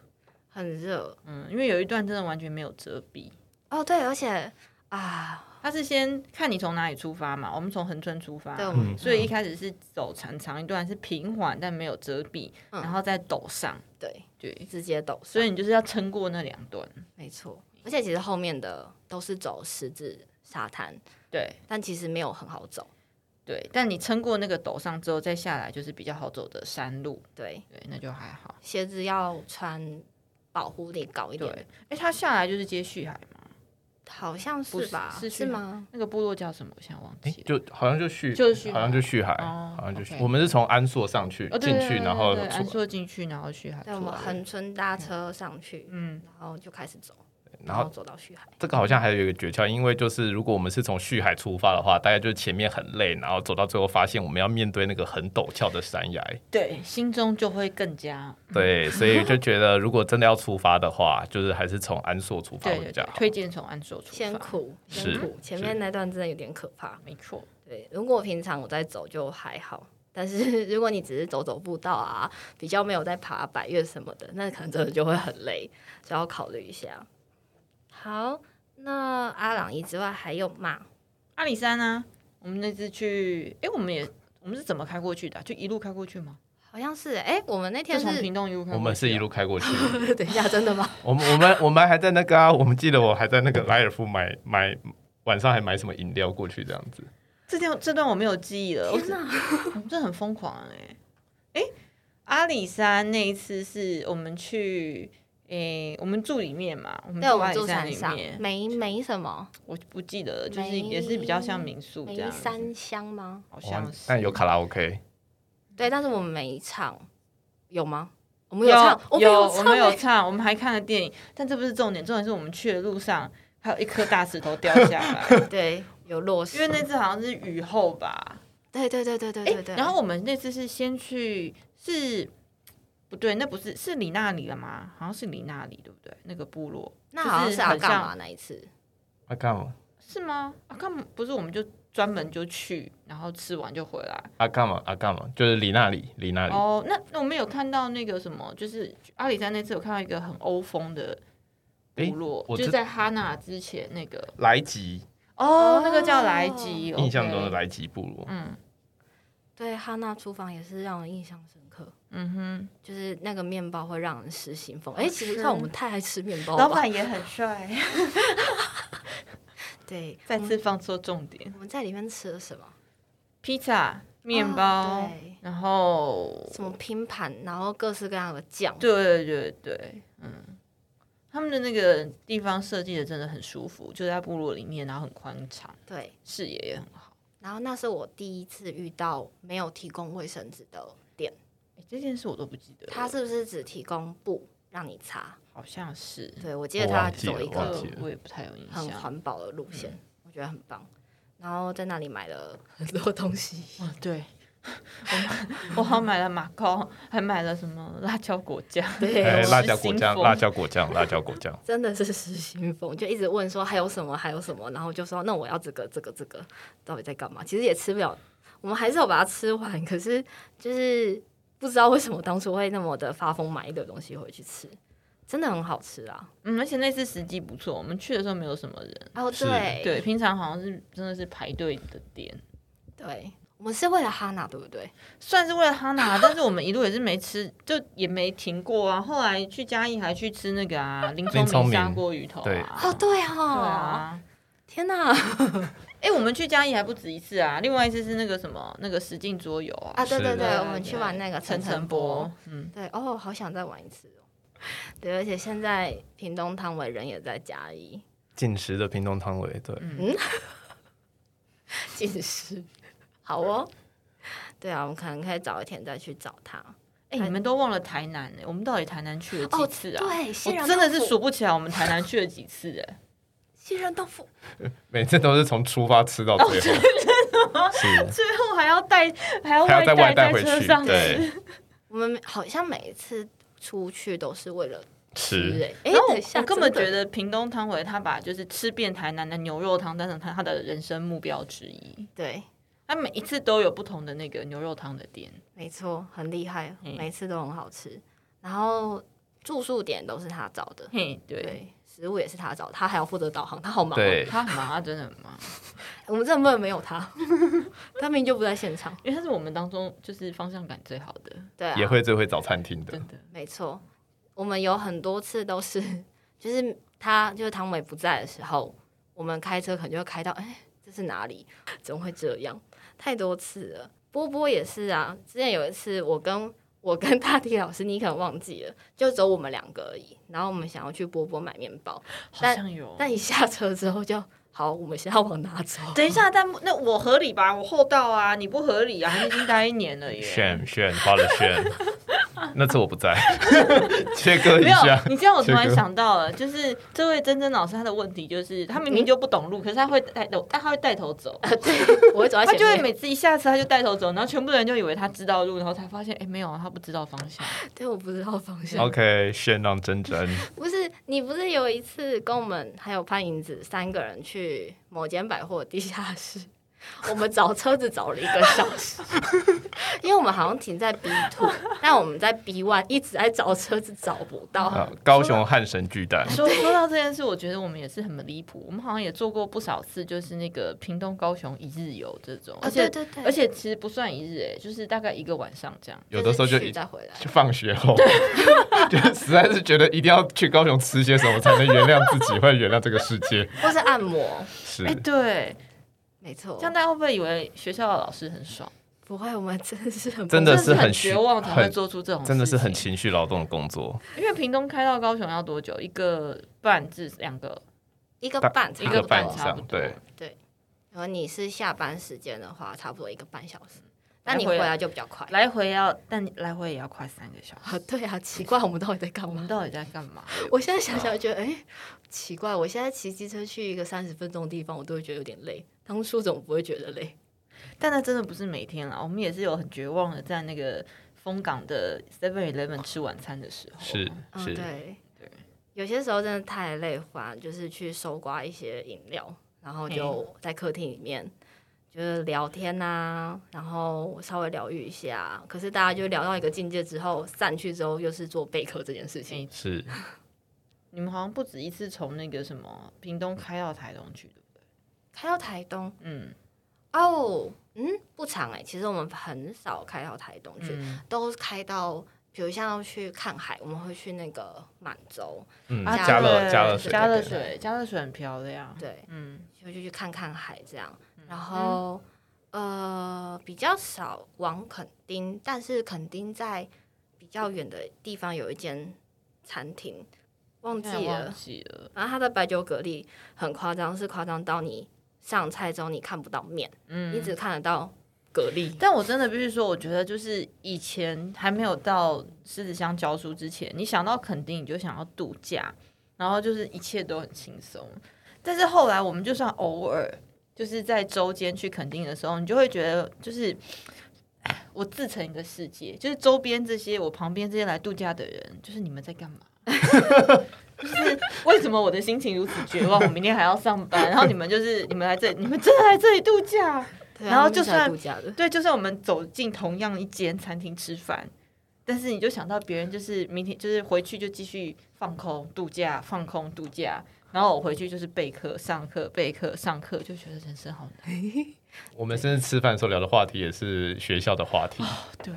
Speaker 2: 很热
Speaker 4: 嗯，因为有一段真的完全没有遮蔽。
Speaker 2: 哦，对，而且啊，
Speaker 4: 它是先看你从哪里出发嘛，我们从恒春出发，
Speaker 2: 对，我们、
Speaker 3: 嗯
Speaker 4: 所以一开始是走很长一段是平缓但没有遮蔽，
Speaker 2: 嗯
Speaker 4: 然后再陡上，
Speaker 2: 对
Speaker 4: 对，
Speaker 2: 直接抖，
Speaker 4: 所以你就是要撑过那两段，
Speaker 2: 没错，而且其实后面的都是走十字沙滩，
Speaker 4: 对
Speaker 2: 但其实没有很好走，
Speaker 4: 对，但你撑过那个陡上之后再下来就是比较好走的山路，
Speaker 2: 对，
Speaker 4: 对，那就还好，
Speaker 2: 鞋子要穿保护力高一
Speaker 4: 对
Speaker 2: 点，，
Speaker 4: 哎，它下来就是接续海嘛，
Speaker 2: 好像
Speaker 4: 不
Speaker 2: 是
Speaker 4: 是
Speaker 2: 吧？
Speaker 4: 是去
Speaker 2: 吗？
Speaker 4: 那个部落叫什么？我现在忘记了。
Speaker 3: 就好像就续，
Speaker 4: 就是续海
Speaker 3: 好像就续海，
Speaker 4: 哦
Speaker 3: 好像就续
Speaker 4: OK
Speaker 3: 我们是从安硕上去
Speaker 4: 哦，对
Speaker 3: 进去，
Speaker 4: 对对
Speaker 3: 然后
Speaker 4: 对对安
Speaker 3: 出，
Speaker 4: 硕进去，然后去海出
Speaker 2: 对，
Speaker 4: 来。
Speaker 2: 我们横村搭车上去，
Speaker 4: 嗯，
Speaker 2: 然后就开始走，
Speaker 3: 然后
Speaker 2: 走到旭海。
Speaker 3: 这个好像还有一个诀窍，因为就是如果我们是从续海出发的话，大概就是前面很累，然后走到最后发现我们要面对那个很陡峭的山崖，
Speaker 4: 对，心中就会更加
Speaker 3: 对，所以就觉得如果真的要出发的话，就是还是从安硕出发
Speaker 4: 对
Speaker 3: 会比
Speaker 4: 对
Speaker 3: 较
Speaker 4: 对，
Speaker 3: 好。
Speaker 4: 推荐从安硕出发，
Speaker 2: 先苦，
Speaker 3: 是
Speaker 2: 先苦，前面那段真的有点可怕。
Speaker 4: 没错，
Speaker 2: 对，如果平常我在走就还好，但是 如果你只是走走步道啊，比较没有在爬百越什么的，那可能真的就会很累，所以要考虑一下。好，那阿朗伊之外还有马，
Speaker 4: 阿里山呢、我们那次去，哎，我们也我们是怎么开过去的啊、就一路开过去吗？
Speaker 2: 好像是哎、我们那
Speaker 4: 就
Speaker 2: 天
Speaker 4: 从
Speaker 2: 是
Speaker 4: 屏东一路开过去啊、
Speaker 3: 我们是一路开过 去的。
Speaker 2: 等一下真的吗？
Speaker 3: 我们我们我们还在那个啊，我们记得我还在那个莱尔夫买买晚上还买什么饮料过去这样子。
Speaker 4: 这段这段我没有记忆了，我
Speaker 2: 天
Speaker 4: 只
Speaker 2: 哪！
Speaker 4: 我们真的很疯狂哎、欸！哎、阿里山那一次是我们去，哎、我们住里面嘛，我 们
Speaker 2: 对，我
Speaker 4: 阿
Speaker 2: 们
Speaker 4: 里
Speaker 2: 住
Speaker 4: 山
Speaker 2: 山
Speaker 4: 里
Speaker 2: 上，
Speaker 4: 面，
Speaker 2: 没没什么，
Speaker 4: 我不记得了，就是
Speaker 2: 梅
Speaker 4: 也是比较像民宿这
Speaker 2: 没
Speaker 4: 样子，
Speaker 2: 三箱吗？
Speaker 4: 好
Speaker 3: 哇
Speaker 4: 像是，
Speaker 3: 哦但有卡拉 OK，
Speaker 2: 对，但是我们没唱，有吗？我们
Speaker 4: 有
Speaker 2: 唱，我们
Speaker 4: 有我
Speaker 2: 唱、
Speaker 4: 们有
Speaker 2: 欸，
Speaker 4: 唱，我们还看了电影，但这不是重点，重点是我们去的路上还有一颗大石头掉下 来，
Speaker 2: 对，有落
Speaker 4: 因
Speaker 2: 实。
Speaker 4: 为那次好像是雨后吧，
Speaker 2: 对对对对对
Speaker 4: 哎、
Speaker 2: 对对。
Speaker 4: 然后我们那次是先去是。不对，那不是是你那里了吗？好像是你那里，对不对？那个部落
Speaker 2: 那好像
Speaker 4: 就是
Speaker 2: 是要
Speaker 4: 很
Speaker 2: 干
Speaker 4: 像
Speaker 2: 嘛那一次？
Speaker 3: 啊干嘛
Speaker 4: 是吗？啊，干嘛不是？我们就专门就去，然后吃完就回来。
Speaker 3: 啊干嘛啊干嘛，就是离那里离那里。
Speaker 4: 哦，那那我们有看到那个什么，就是阿里山那次有看到一个很欧风的
Speaker 3: 诶
Speaker 4: 部落，
Speaker 3: 我
Speaker 4: 就是
Speaker 3: 知
Speaker 4: 在哈纳之前那个
Speaker 3: 莱吉，
Speaker 4: 哦，那个叫莱吉，
Speaker 2: 哦
Speaker 3: 印象中的
Speaker 4: OK。
Speaker 3: 莱吉部落，
Speaker 4: 嗯
Speaker 2: 对，哈娜厨房也是让人印象深刻，
Speaker 4: 嗯
Speaker 2: 就是那个面包会让人失心疯。哎、
Speaker 4: 好
Speaker 2: 其实
Speaker 4: 吃
Speaker 2: 看我们太爱吃面包
Speaker 4: 哼，
Speaker 2: 了
Speaker 4: 老
Speaker 2: 吧？
Speaker 4: 板也很帅。
Speaker 2: 对，
Speaker 4: 再
Speaker 2: 我们
Speaker 4: 次放错重点，
Speaker 2: 我们在里面吃了什么？
Speaker 4: 披萨、面包
Speaker 2: 哦，对
Speaker 4: 然后
Speaker 2: 什么拼盘，然后各式各样的酱。
Speaker 4: 对对对，嗯，他们的那个地方设计的真的很舒服，就在部落里面，然后很宽敞，
Speaker 2: 对，
Speaker 4: 视野也很好。
Speaker 2: 然后那是我第一次遇到没有提供卫生纸的店，
Speaker 4: 欸这件事我都不记得了，
Speaker 2: 它是不是只提供布让你擦？
Speaker 4: 好像是，
Speaker 2: 对，我记得
Speaker 3: 我
Speaker 2: 它
Speaker 3: 忘记
Speaker 2: 走
Speaker 3: 了
Speaker 2: 一
Speaker 3: 忘
Speaker 2: 个
Speaker 3: 记了嗯
Speaker 4: 我也不太有印
Speaker 2: 很
Speaker 4: 象。
Speaker 2: 环保的路线，我觉得很棒。然后在那里买了很多东西，
Speaker 4: 哦， 对，我我好像买了马糕，还买了什么辣椒果 酱，
Speaker 2: 对
Speaker 3: 哎，
Speaker 2: 我
Speaker 3: 辣
Speaker 4: 失
Speaker 3: 椒果
Speaker 4: 心
Speaker 3: 酱，
Speaker 4: 疯
Speaker 3: 辣椒果酱，辣椒果 酱。
Speaker 2: 真的是失心疯，就一直问说还有什么，还有什么，然后就说那我要这个，这个，这个，到底在干嘛？其实也吃不了，我们还是有把它吃完，可是就是不知道为什么当初会那么的发疯买一堆东西回去吃，真的很好吃啊！
Speaker 4: 嗯，而且那次时机不错，我们去的时候没有什么人，
Speaker 2: 哦，
Speaker 3: 是
Speaker 2: 对
Speaker 4: 对，平常好像是真的是排队的店，
Speaker 2: 对，我们是为了哈娜，对不对？
Speaker 4: 算是为了哈 娜，但是我们一路也是没吃，就也没停过啊。后来去嘉义还去吃那个啊，林
Speaker 3: 林聪
Speaker 4: 聪明
Speaker 3: 明
Speaker 4: 砂锅鱼头
Speaker 3: 对
Speaker 4: 啊，
Speaker 2: 哦，对哦，
Speaker 4: 对啊。
Speaker 2: 天哪！
Speaker 4: 哎、我们去嘉义还不止一次啊，另外一次是那个什么，那个实境桌游啊。
Speaker 2: 啊，对
Speaker 3: 是
Speaker 2: 对对，
Speaker 4: 啊
Speaker 2: 我们去
Speaker 4: 对
Speaker 2: 玩那个
Speaker 4: 陈
Speaker 2: 晨
Speaker 4: 晨
Speaker 2: 波
Speaker 4: 波，，嗯，
Speaker 2: 对哦，好想再玩一次哦。对，而且现在屏东汤唯人也在嘉义
Speaker 3: 进食的屏东汤唯，对，
Speaker 4: 嗯
Speaker 2: 进食，好哦。对啊，我们可能可以早一天再去找他。
Speaker 4: 哎、你们都忘了台南呢、我们到底台南去了几次啊？
Speaker 2: 对，
Speaker 4: 我
Speaker 2: 蟹仁
Speaker 4: 真的
Speaker 2: 豆
Speaker 4: 是
Speaker 2: 腐
Speaker 4: 数不起来我们台南去了几次哎、
Speaker 2: 蟹仁豆腐，
Speaker 3: 每次都是从出发吃到
Speaker 4: 哦
Speaker 3: 最后， 是
Speaker 4: 最后还要带，还要
Speaker 3: 还要再外
Speaker 4: 带
Speaker 3: 带
Speaker 4: 在
Speaker 3: 回
Speaker 4: 车
Speaker 3: 去，
Speaker 4: 上
Speaker 3: 对，
Speaker 4: 吃。
Speaker 2: 我们好像每一次出去都是为了吃
Speaker 3: 吃。
Speaker 2: 哎、哎，
Speaker 4: 然后
Speaker 2: 等一
Speaker 4: 我
Speaker 2: 下
Speaker 4: 我根本
Speaker 2: 真的
Speaker 4: 觉得屏东汤唯他把就是吃遍台南的牛肉汤当成他他的人生目标之一，
Speaker 2: 对，
Speaker 4: 他每一次都有不同的那个牛肉汤的店。
Speaker 2: 没错，很厉害，
Speaker 4: 嗯
Speaker 2: 每次都很好吃。然后住宿点都是他找的，
Speaker 4: 嘿，对，
Speaker 2: 对，食物也是他找的，他还要负责导航，他好忙、哦。
Speaker 3: 对，
Speaker 4: 他很忙，他真的很忙，
Speaker 2: 我们这不能没有他， 他明明就不在现场。
Speaker 4: 因为他是我们当中就是方向感最好的，
Speaker 2: 对、啊，
Speaker 3: 也会最会找餐厅的
Speaker 4: 真，的。
Speaker 2: 没错。我们有很多次都是，就是他就是唐伟不在的时候，我们开车可能就会开到，哎、这是哪里？怎么会这样？太多次了。波波也是啊，之前有一次我跟我跟大地老师，你可能忘记了，就只有我们两个而已。然后我们想要去波波买面包，
Speaker 4: 好
Speaker 2: 但
Speaker 4: 像有。
Speaker 2: 但一下车之后就好，我们现在往哪走？
Speaker 4: 等一下，但那我合理吧？我厚道啊，你不合理啊！你已经待一年了耶。
Speaker 3: 炫炫花了炫。那次我不 在，切割一
Speaker 4: 没有
Speaker 3: 下，。
Speaker 4: 你这样我突
Speaker 3: 切
Speaker 4: 然
Speaker 3: 割
Speaker 4: 想到了，就是这位珍珍老师，他的问题就是他明明就不懂路，可是他会带头，但他会带头 走，
Speaker 2: 我会走在
Speaker 4: 他
Speaker 2: 前面。
Speaker 4: 就会每次一下车他就带头走，然后全部人就以为他知道路，然后才发现，哎，没有啊，他不知道方向。
Speaker 2: 对，我不知道方 向。
Speaker 3: OK，炫让真真
Speaker 2: 不是你不是有一次跟我们还有潘银子三个人去某间百货地下室， 我们找车子找了一个小时，因为我们好像停在 B two，但我们在 B one 一直在找车子找不到。
Speaker 3: 啊，高雄汉神巨蛋，
Speaker 4: 哦说说到这件事，我觉得我们也是很离谱。我们好像也做过不少次，就是那个屏东、高雄一日游这种，而且、
Speaker 2: 对对
Speaker 4: 而且其实不算一日、哎，就是大概一个晚上这样。
Speaker 3: 有的时候就
Speaker 2: 去
Speaker 3: 一
Speaker 2: 再回来。
Speaker 3: 就放学 后，就是实在是觉得一定要去高雄吃些什么，才能原谅自己，或者原谅这个世界。
Speaker 2: 或是按摩，
Speaker 3: 是
Speaker 4: 哎、，对，
Speaker 2: 没错
Speaker 4: 这，样大家会不会以为学校的老师很爽？
Speaker 2: 不会，我们真的是很
Speaker 3: 真的
Speaker 4: 的
Speaker 3: 是很
Speaker 4: 很
Speaker 3: 虚
Speaker 4: 绝望才会
Speaker 3: 很
Speaker 4: 做出这种，
Speaker 3: 真的是很。情绪劳动的工作。
Speaker 4: 因为屏东开到高雄要多久？一个半至两个，
Speaker 2: 一个
Speaker 3: 大
Speaker 2: 半
Speaker 3: 一
Speaker 4: 个
Speaker 3: 个半以
Speaker 4: 差不
Speaker 3: 上，
Speaker 4: 多哦
Speaker 3: 对，
Speaker 2: 然后你是下班时间的话，差不多一个半小时，那你
Speaker 4: 来回
Speaker 2: 回
Speaker 4: 来
Speaker 2: 来就比较快。
Speaker 4: 来回要，但来回也要快三个小时。
Speaker 2: 啊，对啊，奇怪，我们到底在干
Speaker 4: 我
Speaker 2: 嘛
Speaker 4: 们？到底在干嘛？
Speaker 2: 我现在想想觉得，哎、奇怪，我现在骑机车去一个三十分钟的地方，我都会觉得有点累。当初怎么不会觉得累？
Speaker 4: 但那真的不是每天啦，我们也是有很绝望的，在那个丰港的 Seven Eleven 吃晚餐的时候，
Speaker 3: 是
Speaker 2: 嗯，
Speaker 3: 是，
Speaker 2: 对
Speaker 4: 对，
Speaker 2: 有些时候真的太累，反而就是去搜刮一些饮料，然后就在客厅里面就是聊天啊，然后稍微疗愈一下。可是大家就聊到一个境界之后，散去之后又是做备课这件事情。
Speaker 4: 哎
Speaker 3: 是
Speaker 4: 你们好像不止一次从那个什么屏东开到台东去的，
Speaker 2: 开到台东
Speaker 4: 嗯
Speaker 2: 哦，嗯，不长哎、其实我们很少开到台东去，
Speaker 4: 嗯，
Speaker 2: 都开到，比如像要去看海，我们会去那个满洲，
Speaker 3: 嗯，
Speaker 2: 啊
Speaker 3: 加了
Speaker 4: 对
Speaker 3: 加了水，
Speaker 4: 加了
Speaker 3: 对，
Speaker 4: 水，加了水很漂亮，
Speaker 2: 对，
Speaker 4: 嗯，
Speaker 2: 就就去看看海这样。然后、呃，比较少往垦丁，但是垦丁在比较远的地方有一间餐厅，忘记
Speaker 4: 现在忘
Speaker 2: 了。
Speaker 4: 记了，
Speaker 2: 然后它的白酒蛤蜊很夸张，是夸张到你上菜之后你看不到面，
Speaker 4: 嗯
Speaker 2: 你只看得到蛤蜊。
Speaker 4: 但我真的必须说，我觉得就是以前还没有到狮子乡教书之前，你想到垦丁你就想要度假，然后就是一切都很轻松。但是后来我们就算偶尔就是在周间去垦丁的时候，你就会觉得就是。唉我自成一个世界，就是周边这些我旁边这些来度假的人，就是你们在干嘛？ 就是为什么我的心情如此绝望？我明天还要上班，然后你们就是你们来这里，你们真的来这里度假？
Speaker 2: 对啊
Speaker 4: 然
Speaker 2: 他
Speaker 4: 后
Speaker 2: 们
Speaker 4: 就是
Speaker 2: 来
Speaker 4: 算
Speaker 2: 度假的，
Speaker 4: 对，就是我们走进同样一间餐厅吃饭，但是你就想到别人就是明天就是回去就继续放空度假，放空度假，然后我回去就是备课、上课、备课、上课，就觉得人生好难。
Speaker 3: 我们甚至吃饭的时候聊的话题也是学校的话
Speaker 4: 哦
Speaker 3: 题
Speaker 4: 对，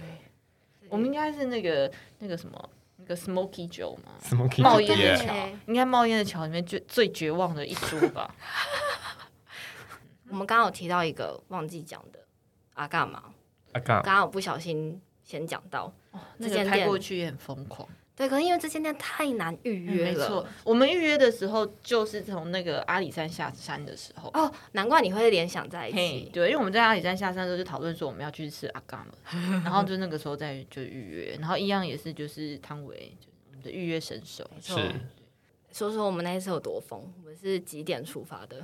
Speaker 4: 我们应该是那个那个什么那个 Smoky Joe 嘛，
Speaker 3: 什么
Speaker 4: 冒烟的
Speaker 3: Yeah
Speaker 4: 桥
Speaker 2: 对，
Speaker 4: 应该冒烟的桥里面最最绝望的一出 吧。
Speaker 2: 我们刚刚有提到一个忘记讲的阿干嘛，
Speaker 3: 啊干
Speaker 2: 刚刚我不小心先讲到，
Speaker 4: 那
Speaker 2: 这
Speaker 4: 个
Speaker 2: 间
Speaker 4: 开
Speaker 2: 店
Speaker 4: 过去也很疯狂。
Speaker 2: 对，可能因为这间店太难预约
Speaker 4: 嗯没
Speaker 2: 了，
Speaker 4: 错，我们预约的时候就是从那个阿里山下山的时候。
Speaker 2: 哦，难怪你会联想在一
Speaker 4: 嘿
Speaker 2: 起，。
Speaker 4: 对，因为我们在阿里山下山的时候就讨论说我们要去吃阿嘎嘛，然后就那个时候再就预约，然后一样也是就是汤唯，就是我们的预约神手，
Speaker 3: 是。
Speaker 2: 说说我们那一次有多疯，我们是几点出发的？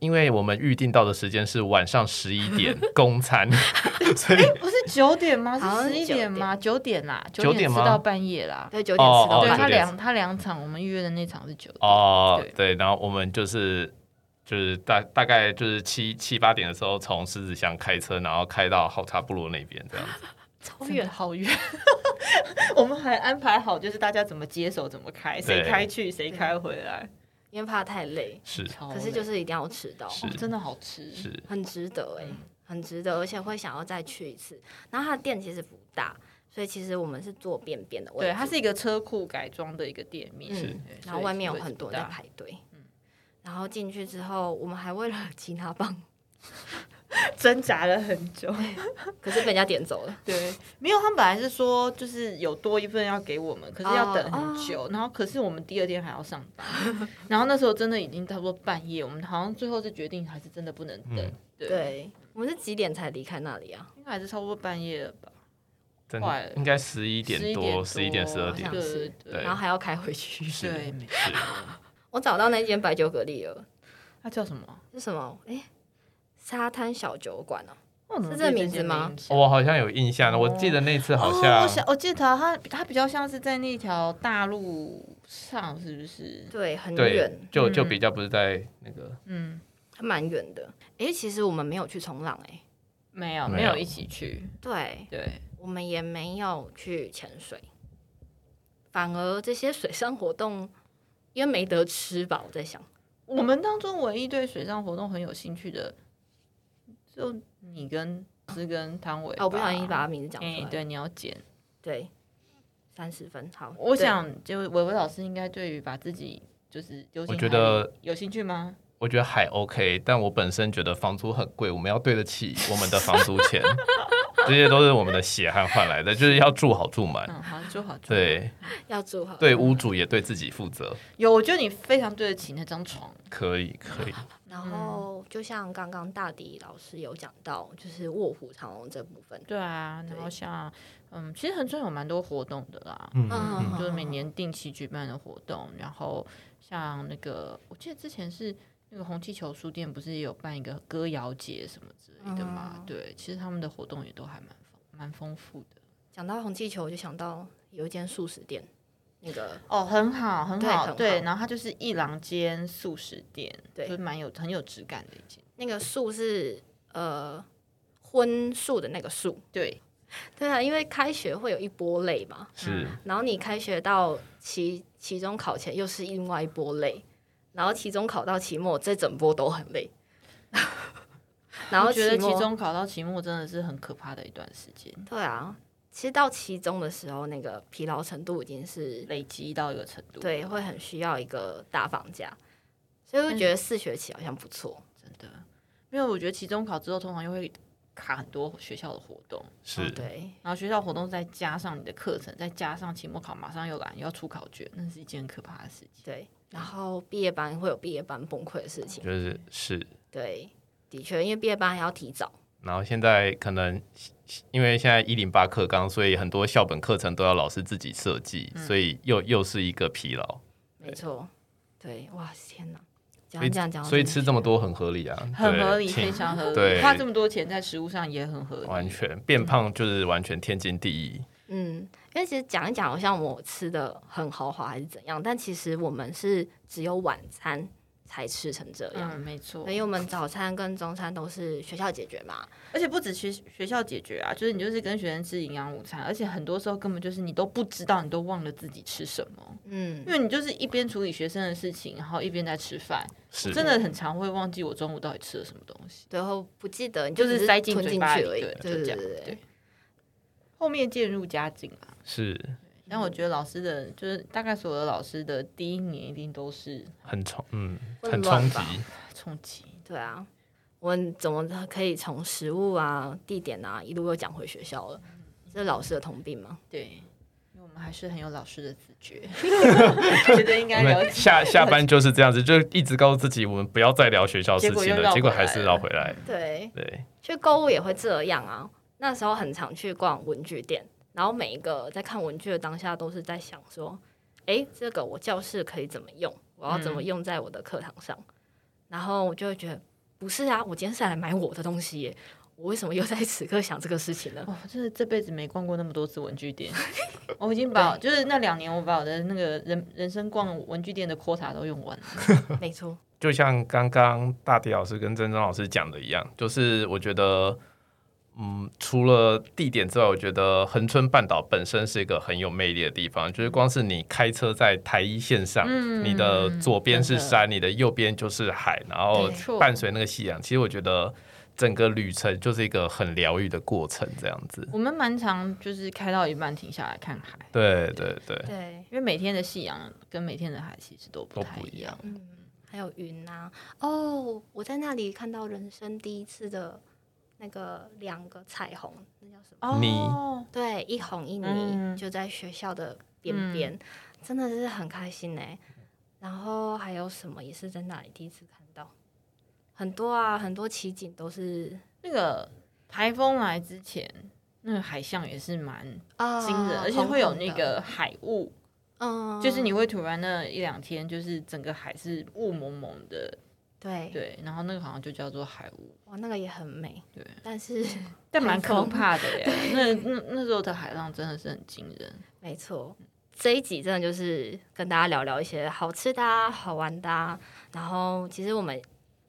Speaker 3: 因为我们预定到的时间是晚上十一点公餐，所以
Speaker 4: 不哦是九点吗？
Speaker 2: 好像
Speaker 4: 是
Speaker 2: 是
Speaker 4: 十一点吗？九点啦，
Speaker 3: 9
Speaker 4: 点
Speaker 3: 点
Speaker 4: 吃
Speaker 3: 吗
Speaker 4: 到半夜啦。
Speaker 2: 对，九点吃到
Speaker 3: 哦
Speaker 4: 对
Speaker 3: 9
Speaker 4: 他
Speaker 2: 饭。
Speaker 3: 点
Speaker 4: 两他两场，我们预约的那场是九点。
Speaker 3: 哦
Speaker 4: 对，
Speaker 3: 对，然后我们就是就是大大概就是七七八点的时候从狮子乡开车，然后开到好茶部落那边这样子。
Speaker 4: 好远好远， 我们还安排好，就是大家怎么接手，怎么开，谁
Speaker 3: 对
Speaker 4: 开去，谁开回来。
Speaker 2: 因为怕太累，
Speaker 3: 是
Speaker 4: 超
Speaker 2: 可是就
Speaker 4: 哦累
Speaker 2: 是一定要吃到，
Speaker 3: 是
Speaker 4: 哦真的好吃，
Speaker 3: 是，
Speaker 2: 很值得哎、
Speaker 4: 嗯
Speaker 2: 很值得，而且会想要再去一次。然后它的店其实不大，所以其实我们是坐边边的位置，
Speaker 4: 对，它是一个车库改装的一个店面，
Speaker 2: 是
Speaker 4: 对
Speaker 2: 然后外面有很多人在。
Speaker 4: 所以
Speaker 2: 排队。
Speaker 4: 嗯
Speaker 2: 然后进去之后，我们还为了吉拿棒，
Speaker 4: 挣扎了很久。
Speaker 2: 可是被人家点走了。
Speaker 4: 对，没有，他们本来是说就是有多一份要给我们，
Speaker 2: 哦
Speaker 4: 可是要等很久。然后可是我们第二天还要上班， 然后那时候真的已经差不多半夜，我们好像最后是决定还是真的不能等。
Speaker 3: 嗯
Speaker 4: 对，
Speaker 2: 对，我们是几点才离开那里啊？
Speaker 4: 应该还是差不多半夜了吧，
Speaker 3: 真
Speaker 4: 快
Speaker 3: 的
Speaker 4: 了
Speaker 3: 应该十一点
Speaker 4: 11
Speaker 3: 多，十一点十二
Speaker 2: 好
Speaker 3: 点
Speaker 2: 像。
Speaker 4: 对
Speaker 3: 对
Speaker 4: 对
Speaker 2: 然后还要开回去。
Speaker 3: 是
Speaker 4: 对，没错。
Speaker 3: 是
Speaker 2: 我找到那间白酒蛤蜊了，
Speaker 4: 它叫什么？
Speaker 2: 是什么？哎、沙滩小酒馆哦、
Speaker 4: 我怎么
Speaker 2: 是这
Speaker 4: 对
Speaker 2: 名字
Speaker 4: 间没
Speaker 2: 吗
Speaker 4: 印象？
Speaker 3: 哦我好像有印象了，
Speaker 4: 哦
Speaker 3: 我记得那次好
Speaker 4: 哦，
Speaker 3: 像
Speaker 4: 我想我记得它它比较像是在那条大路上，是不是？
Speaker 2: 对，很
Speaker 3: 对
Speaker 2: 远，，
Speaker 3: 就
Speaker 4: 嗯
Speaker 3: 就比较不是在那个
Speaker 4: 嗯，
Speaker 2: 还蛮远的。诶、其实我们没有去冲浪、诶，
Speaker 4: 没有，
Speaker 3: 没
Speaker 4: 没
Speaker 3: 有
Speaker 4: 有一起去，
Speaker 2: 对
Speaker 4: 对，
Speaker 2: 我们也没有去潜水，反而这些水上活动因为没得吃吧，我在想，
Speaker 4: 我们当中唯一对水上活动很有兴趣的，就你跟是跟汤唯
Speaker 2: 哦，
Speaker 4: 吧。
Speaker 2: 我不小心把他名字讲出
Speaker 4: 哎、
Speaker 2: 来，
Speaker 4: 对，你要剪。
Speaker 2: 对，三十分好，
Speaker 4: 我
Speaker 2: 对
Speaker 4: 想，就伟伟老师应该对于把自己就是丢
Speaker 3: 我
Speaker 4: 进
Speaker 3: 觉
Speaker 4: 海里
Speaker 3: 得
Speaker 4: 有兴趣吗？
Speaker 3: 我觉得还 OK，但我本身觉得房租很贵，我们要对得起我们的房租钱，这些都是我们的血汗换来的，就是要住好住满。
Speaker 4: 嗯，好，做好做。，
Speaker 3: 对
Speaker 2: 要住好，
Speaker 3: 对，屋主也对自己负责，
Speaker 4: 有，我觉得你非常对得起那张床。
Speaker 3: 可以可
Speaker 4: 嗯
Speaker 3: 以。
Speaker 2: 然后就像刚刚大迪老师有讲到，就是卧虎藏龙这部分，
Speaker 4: 对啊，然后
Speaker 2: 对
Speaker 4: 像嗯，其实恒春有蛮多活动的啦，
Speaker 3: 嗯
Speaker 2: 嗯
Speaker 4: 就是每年定期举办的活动。然后像那个，我记得之前是那个红气球书店，不是也有办一个歌谣节什么之类的嘛？
Speaker 2: 嗯
Speaker 4: 对，其实他们的活动也都还蛮丰蛮丰富的。
Speaker 2: 讲到红气球，我就想到有一间素食店，那个
Speaker 4: 哦，很好，很
Speaker 2: 对
Speaker 4: 好，
Speaker 2: 很
Speaker 4: 对。
Speaker 2: 好
Speaker 4: 然后它就是一郎间素食店，
Speaker 2: 对
Speaker 4: 就是蛮有很有质感的一间。
Speaker 2: 那个素是呃荤素的那个素，
Speaker 4: 对，
Speaker 2: 对啊，因为开学会有一波类嘛，
Speaker 3: 是
Speaker 2: 然后你开学到期期中考前又是另外一波累，然后期中考到期末这整波都很累。 然后
Speaker 4: 我觉得
Speaker 2: 期末
Speaker 4: 期中考到期末真的是很可怕的一段时间，
Speaker 2: 对啊，其实到期中的时候，那个疲劳程度已经是
Speaker 4: 累积到一个程度。
Speaker 2: 对，会很需要一个大放假，所以我觉得四学期好像不错。
Speaker 4: 真的，因为我觉得期中考之后，通常又会卡很多学校的活动，
Speaker 3: 是
Speaker 2: 哦，对，
Speaker 4: 然后学校活动再加上你的课程，再加上期末考马上又来，又要出考卷，那是一件很可怕的事情。
Speaker 2: 对，然后毕业班会有毕业班崩溃的事情，
Speaker 3: 就是是。
Speaker 2: 对，的确，因为毕业班还要提早，
Speaker 3: 然后现在可能因为现在一零八课纲，所以很多校本课程都要老师自己设计，
Speaker 4: 嗯
Speaker 3: 所以又又是一个疲劳。
Speaker 2: 没错，对，哇，天哪，
Speaker 3: 所以
Speaker 2: 讲讲讲，
Speaker 3: 所以吃这么多很合理啊，
Speaker 4: 哦很
Speaker 3: 对
Speaker 4: 合理，
Speaker 3: 请
Speaker 4: 非常合理。
Speaker 3: 对
Speaker 4: 花这么多钱在食物上也很合理。
Speaker 3: 完全变胖就是完全天经地义。
Speaker 2: 嗯，因为其实讲一讲，好像我吃的很豪华还是怎样，但其实我们是只有晚餐才吃成这样。
Speaker 4: 嗯，没错。
Speaker 2: 因为我们早餐跟中餐都是学校解决嘛，
Speaker 4: 而且不止学学校解决啊，就是你就是跟学生吃营养午餐，而且很多时候根本就是你都不知道，你都忘了自己吃什么，
Speaker 2: 嗯
Speaker 4: 因，为你就是一边处理学生的事情，然后一边在吃饭，
Speaker 3: 是
Speaker 4: 真的很常会忘记我中午到底吃了什么东西，
Speaker 2: 最后不记得，你
Speaker 4: 就
Speaker 2: 只
Speaker 4: 是
Speaker 2: 是
Speaker 4: 塞进
Speaker 2: 吞
Speaker 4: 嘴
Speaker 2: 进
Speaker 4: 巴
Speaker 2: 去
Speaker 4: 里，
Speaker 2: 而已，
Speaker 4: 对，
Speaker 2: 对
Speaker 4: 就这样，
Speaker 2: 对
Speaker 4: 对。后面渐入佳境啊，
Speaker 3: 是
Speaker 4: 但我觉得老师的就是大概所有的老师的第一年一定都是
Speaker 3: 很冲，嗯，
Speaker 2: 混
Speaker 3: 很
Speaker 2: 乱
Speaker 3: 冲击
Speaker 2: 吧。
Speaker 4: 冲击，
Speaker 2: 对啊，我们怎么可以从食物啊、地点啊一路又讲回学校了？这是老师的通病吗？
Speaker 4: 对。因为我们还是很有老师的自 觉，觉得应
Speaker 3: 我
Speaker 4: 该了
Speaker 3: 们
Speaker 4: 解。
Speaker 3: 下下班就是这样子，就一直告诉自己我们不要再聊学校的事
Speaker 4: 结果
Speaker 3: 情
Speaker 4: 又
Speaker 3: 了，
Speaker 4: 绕
Speaker 3: 结果
Speaker 4: 回
Speaker 3: 还
Speaker 4: 来
Speaker 3: 是
Speaker 4: 了
Speaker 3: 绕回来。
Speaker 2: 对，
Speaker 3: 对，
Speaker 2: 去购物也会这样啊。那时候很常去逛文具店，然后每一个在看文具的当下，都是在想说，诶，这个我教室可以怎么用？我要怎
Speaker 4: 嗯
Speaker 2: 么用在我的课堂上？然后我就会觉得，不是啊，我今天是来买我的东西耶，我为什么又在此刻想这个事 情呢？
Speaker 4: 哇，真的这辈子没逛过那么多次文具店， 我已经把就是那两年我把我的那个人人生逛文具店的 quota 都用完了。
Speaker 2: 没错，
Speaker 3: 就像刚刚大迪老师跟珍珍老师讲的一样，就是我觉得，嗯，除了地点之外，我觉得恒春半岛本身是一个很有魅力的地方。就是光是你开车在台一线上，
Speaker 4: 嗯
Speaker 3: 你的左边是山，你的右边就是海，然后
Speaker 2: 没
Speaker 4: 错
Speaker 3: 伴随那个夕阳，其实我觉得整个旅程就是一个很疗愈的过程，这样子。
Speaker 4: 我们蛮常就是开到一半停下来看海，
Speaker 3: 对对对，
Speaker 2: 对，
Speaker 4: 因为每天的夕阳跟每天的海其实都不
Speaker 3: 都
Speaker 4: 太
Speaker 3: 不
Speaker 4: 一
Speaker 3: 一
Speaker 4: 样
Speaker 3: 样。
Speaker 2: 嗯，还有云啊，哦，我在那里看到人生第一次的那个两个彩虹，那叫什么？
Speaker 4: 哦
Speaker 3: 你
Speaker 2: 对，一红一泥、
Speaker 4: 嗯
Speaker 2: 就在学校的边边，真的是很开心呢、然后还有什么也是在那里第一次看到，很多啊，很多奇景都是
Speaker 4: 那个台风来之前，那个海象也是蛮
Speaker 2: 啊
Speaker 4: 惊人，而且会有那，个海雾，
Speaker 2: 嗯，
Speaker 4: 就是你会突然那一两天，就是整个海是雾蒙蒙的，
Speaker 2: 对，
Speaker 4: 对，然后那个好像就叫做海雾，
Speaker 2: 哇，那个也很美，
Speaker 4: 对，
Speaker 2: 但是
Speaker 4: 但蛮
Speaker 2: 台
Speaker 4: 可
Speaker 2: 风
Speaker 4: 怕的耶。那那那时候的海浪真的是很惊人，
Speaker 2: 没错。这一集真的就是跟大家聊聊一些好吃的、啊、好玩的、啊，然后其实我们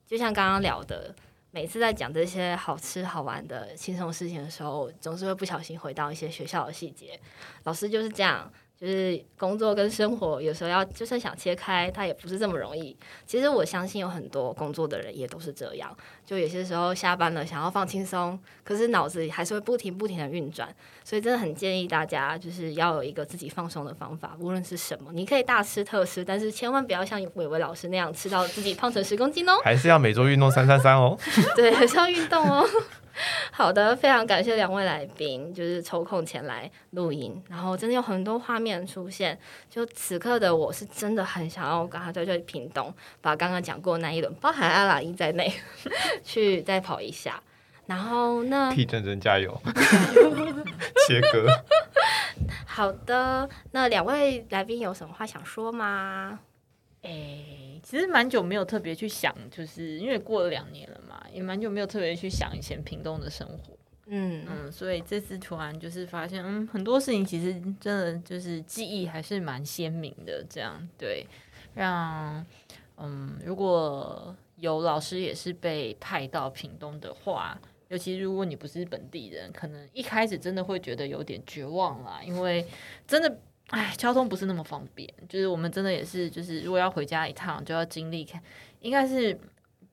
Speaker 2: 就像刚刚聊的，每次在讲这些好吃好玩的轻松事情的时候，总是会不小心回到一些学校的细节。老师就是这样，就是工作跟生活有时候要就算想切开，它也不是这么容易。其实我相信有很多工作的人也都是这样，就有些时候下班了想要放轻松，可是脑子还是会不停不停的运转。所以真的很建议大家，就是要有一个自己放松的方法，无论是什么，你可以大吃特吃，但是千万不要像伟伟老师那样吃到自己胖成十公斤哦。
Speaker 3: 还是要每周运动三三三哦。
Speaker 2: 对，还是要运动哦。 好的，非常感谢两位来宾，就是抽空前来录音，然后真的有很多画面出现。就此刻的我是真的很想要赶快再去屏东，把刚刚讲过那一轮，包含阿拉伊在内， 去再跑一下。然后呢？
Speaker 3: 替真真加油， 切割。
Speaker 2: 好的，那两位来宾有什么话想说吗？
Speaker 4: 哎、其实蛮久没有特别去想，就是因为过了两年了嘛，也蛮久没有特别去想以前屏东的生活。
Speaker 2: 嗯，
Speaker 4: 嗯，所以这次突然就是发现，嗯，很多事情其实真的就是记忆还是蛮鲜明的，这样对，让嗯，如果有老师也是被派到屏东的话，尤其如果你不是本地人，可能一开始真的会觉得有点绝望啦，因为真的。哎，交通不是那么方便，就是我们真的也是，就是如果要回家一趟，就要经历，应该是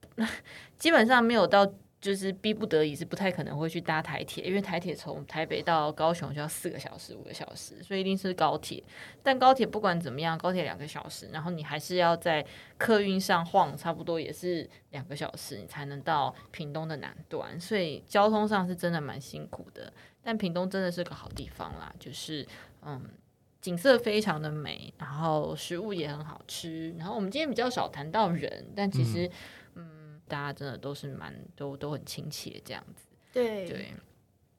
Speaker 4: 基本上没有到就是逼不得已是不太可能会去搭台铁，因为台铁从台北到高雄就要四个小时、五个小时，所以一定是高铁。但高铁不管怎么样，高铁两个小时，然后你还是要在客运上晃，差不多也是两个小时，你才能到屏东的南端。所以交通上是真的蛮辛苦的。但屏东真的是个好地方啦，就是嗯。景色非常的美，然后食物也很好吃。然后我们今天比较少谈到人，但其实嗯大家真的都是蛮都都很亲切这样子，
Speaker 2: 对
Speaker 4: 对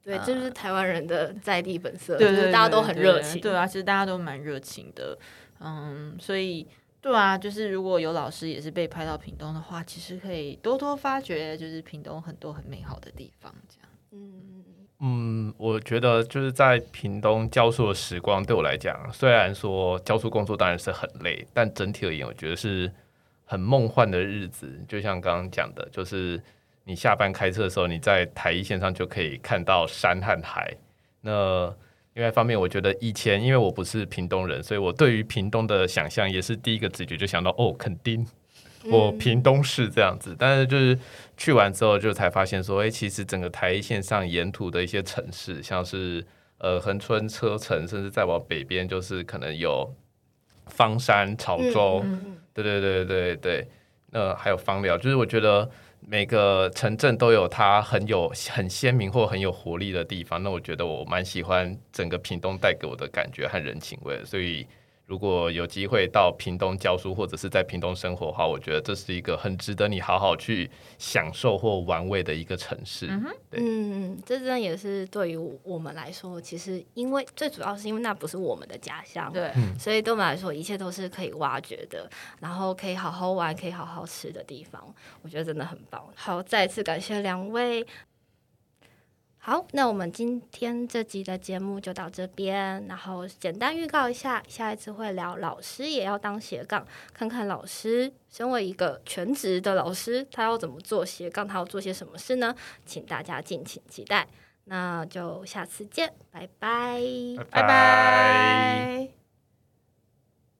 Speaker 2: 对，这就是台湾人的在地本色，
Speaker 4: 对
Speaker 2: 就是
Speaker 4: 对，
Speaker 2: 大家都很
Speaker 4: 对
Speaker 2: 热情。
Speaker 4: 对啊，其实大家都蛮热情的，嗯，所以对啊，就是如果有老师也是被拍到屏东的话，其实可以多多发掘，就是屏东很多很美好的地方，这样
Speaker 2: 嗯，
Speaker 3: 嗯，我觉得就是在屏东教书的时光，对我来讲，虽然说教书工作当然是很累，但整体而言，我觉得是很梦幻的日子。就像刚刚讲的，就是你下班开车的时候，你在台一线上就可以看到山和海。那另外一方面，我觉得以前因为我不是屏东人，所以我对于屏东的想象也是第一个直觉就想到哦，垦丁。我
Speaker 2: 嗯
Speaker 3: 屏东市这样子，但是就是去完之后就才发现说，哎、其实整个台一线上沿途的一些城市，像是呃恒春车城，甚至再往北边就是可能有方山、潮州，
Speaker 2: 嗯
Speaker 3: 对对对对对，那还有芳疗，就是我觉得每个城镇都有它很有很鲜明或很有活力的地方。那我觉得我蛮喜欢整个屏东带给我的感觉和人情味的，所以如果有机会到屏东教书或者是在屏东生活的话，我觉得这是一个很值得你好好去享受或玩味的一个城市。
Speaker 4: 嗯
Speaker 3: 对
Speaker 2: 嗯，这真的也是对于我我们来说，其实因为最主要是因为那不是我们的家乡，
Speaker 4: 对，
Speaker 2: 所以对我们来说，一切都是可以挖掘的，然后可以好好玩，可以好好吃的地方，我觉得真的很棒。好，再次感谢两位。好，那我们今天这集的节目就到这边，然后简单预告一下，下一次会聊老师也要当斜杠，看看老师身为一个全职的老师，他要怎么做斜杠，他要做些什么事呢？请大家敬请期待。那就下次见，拜拜。
Speaker 4: 拜拜。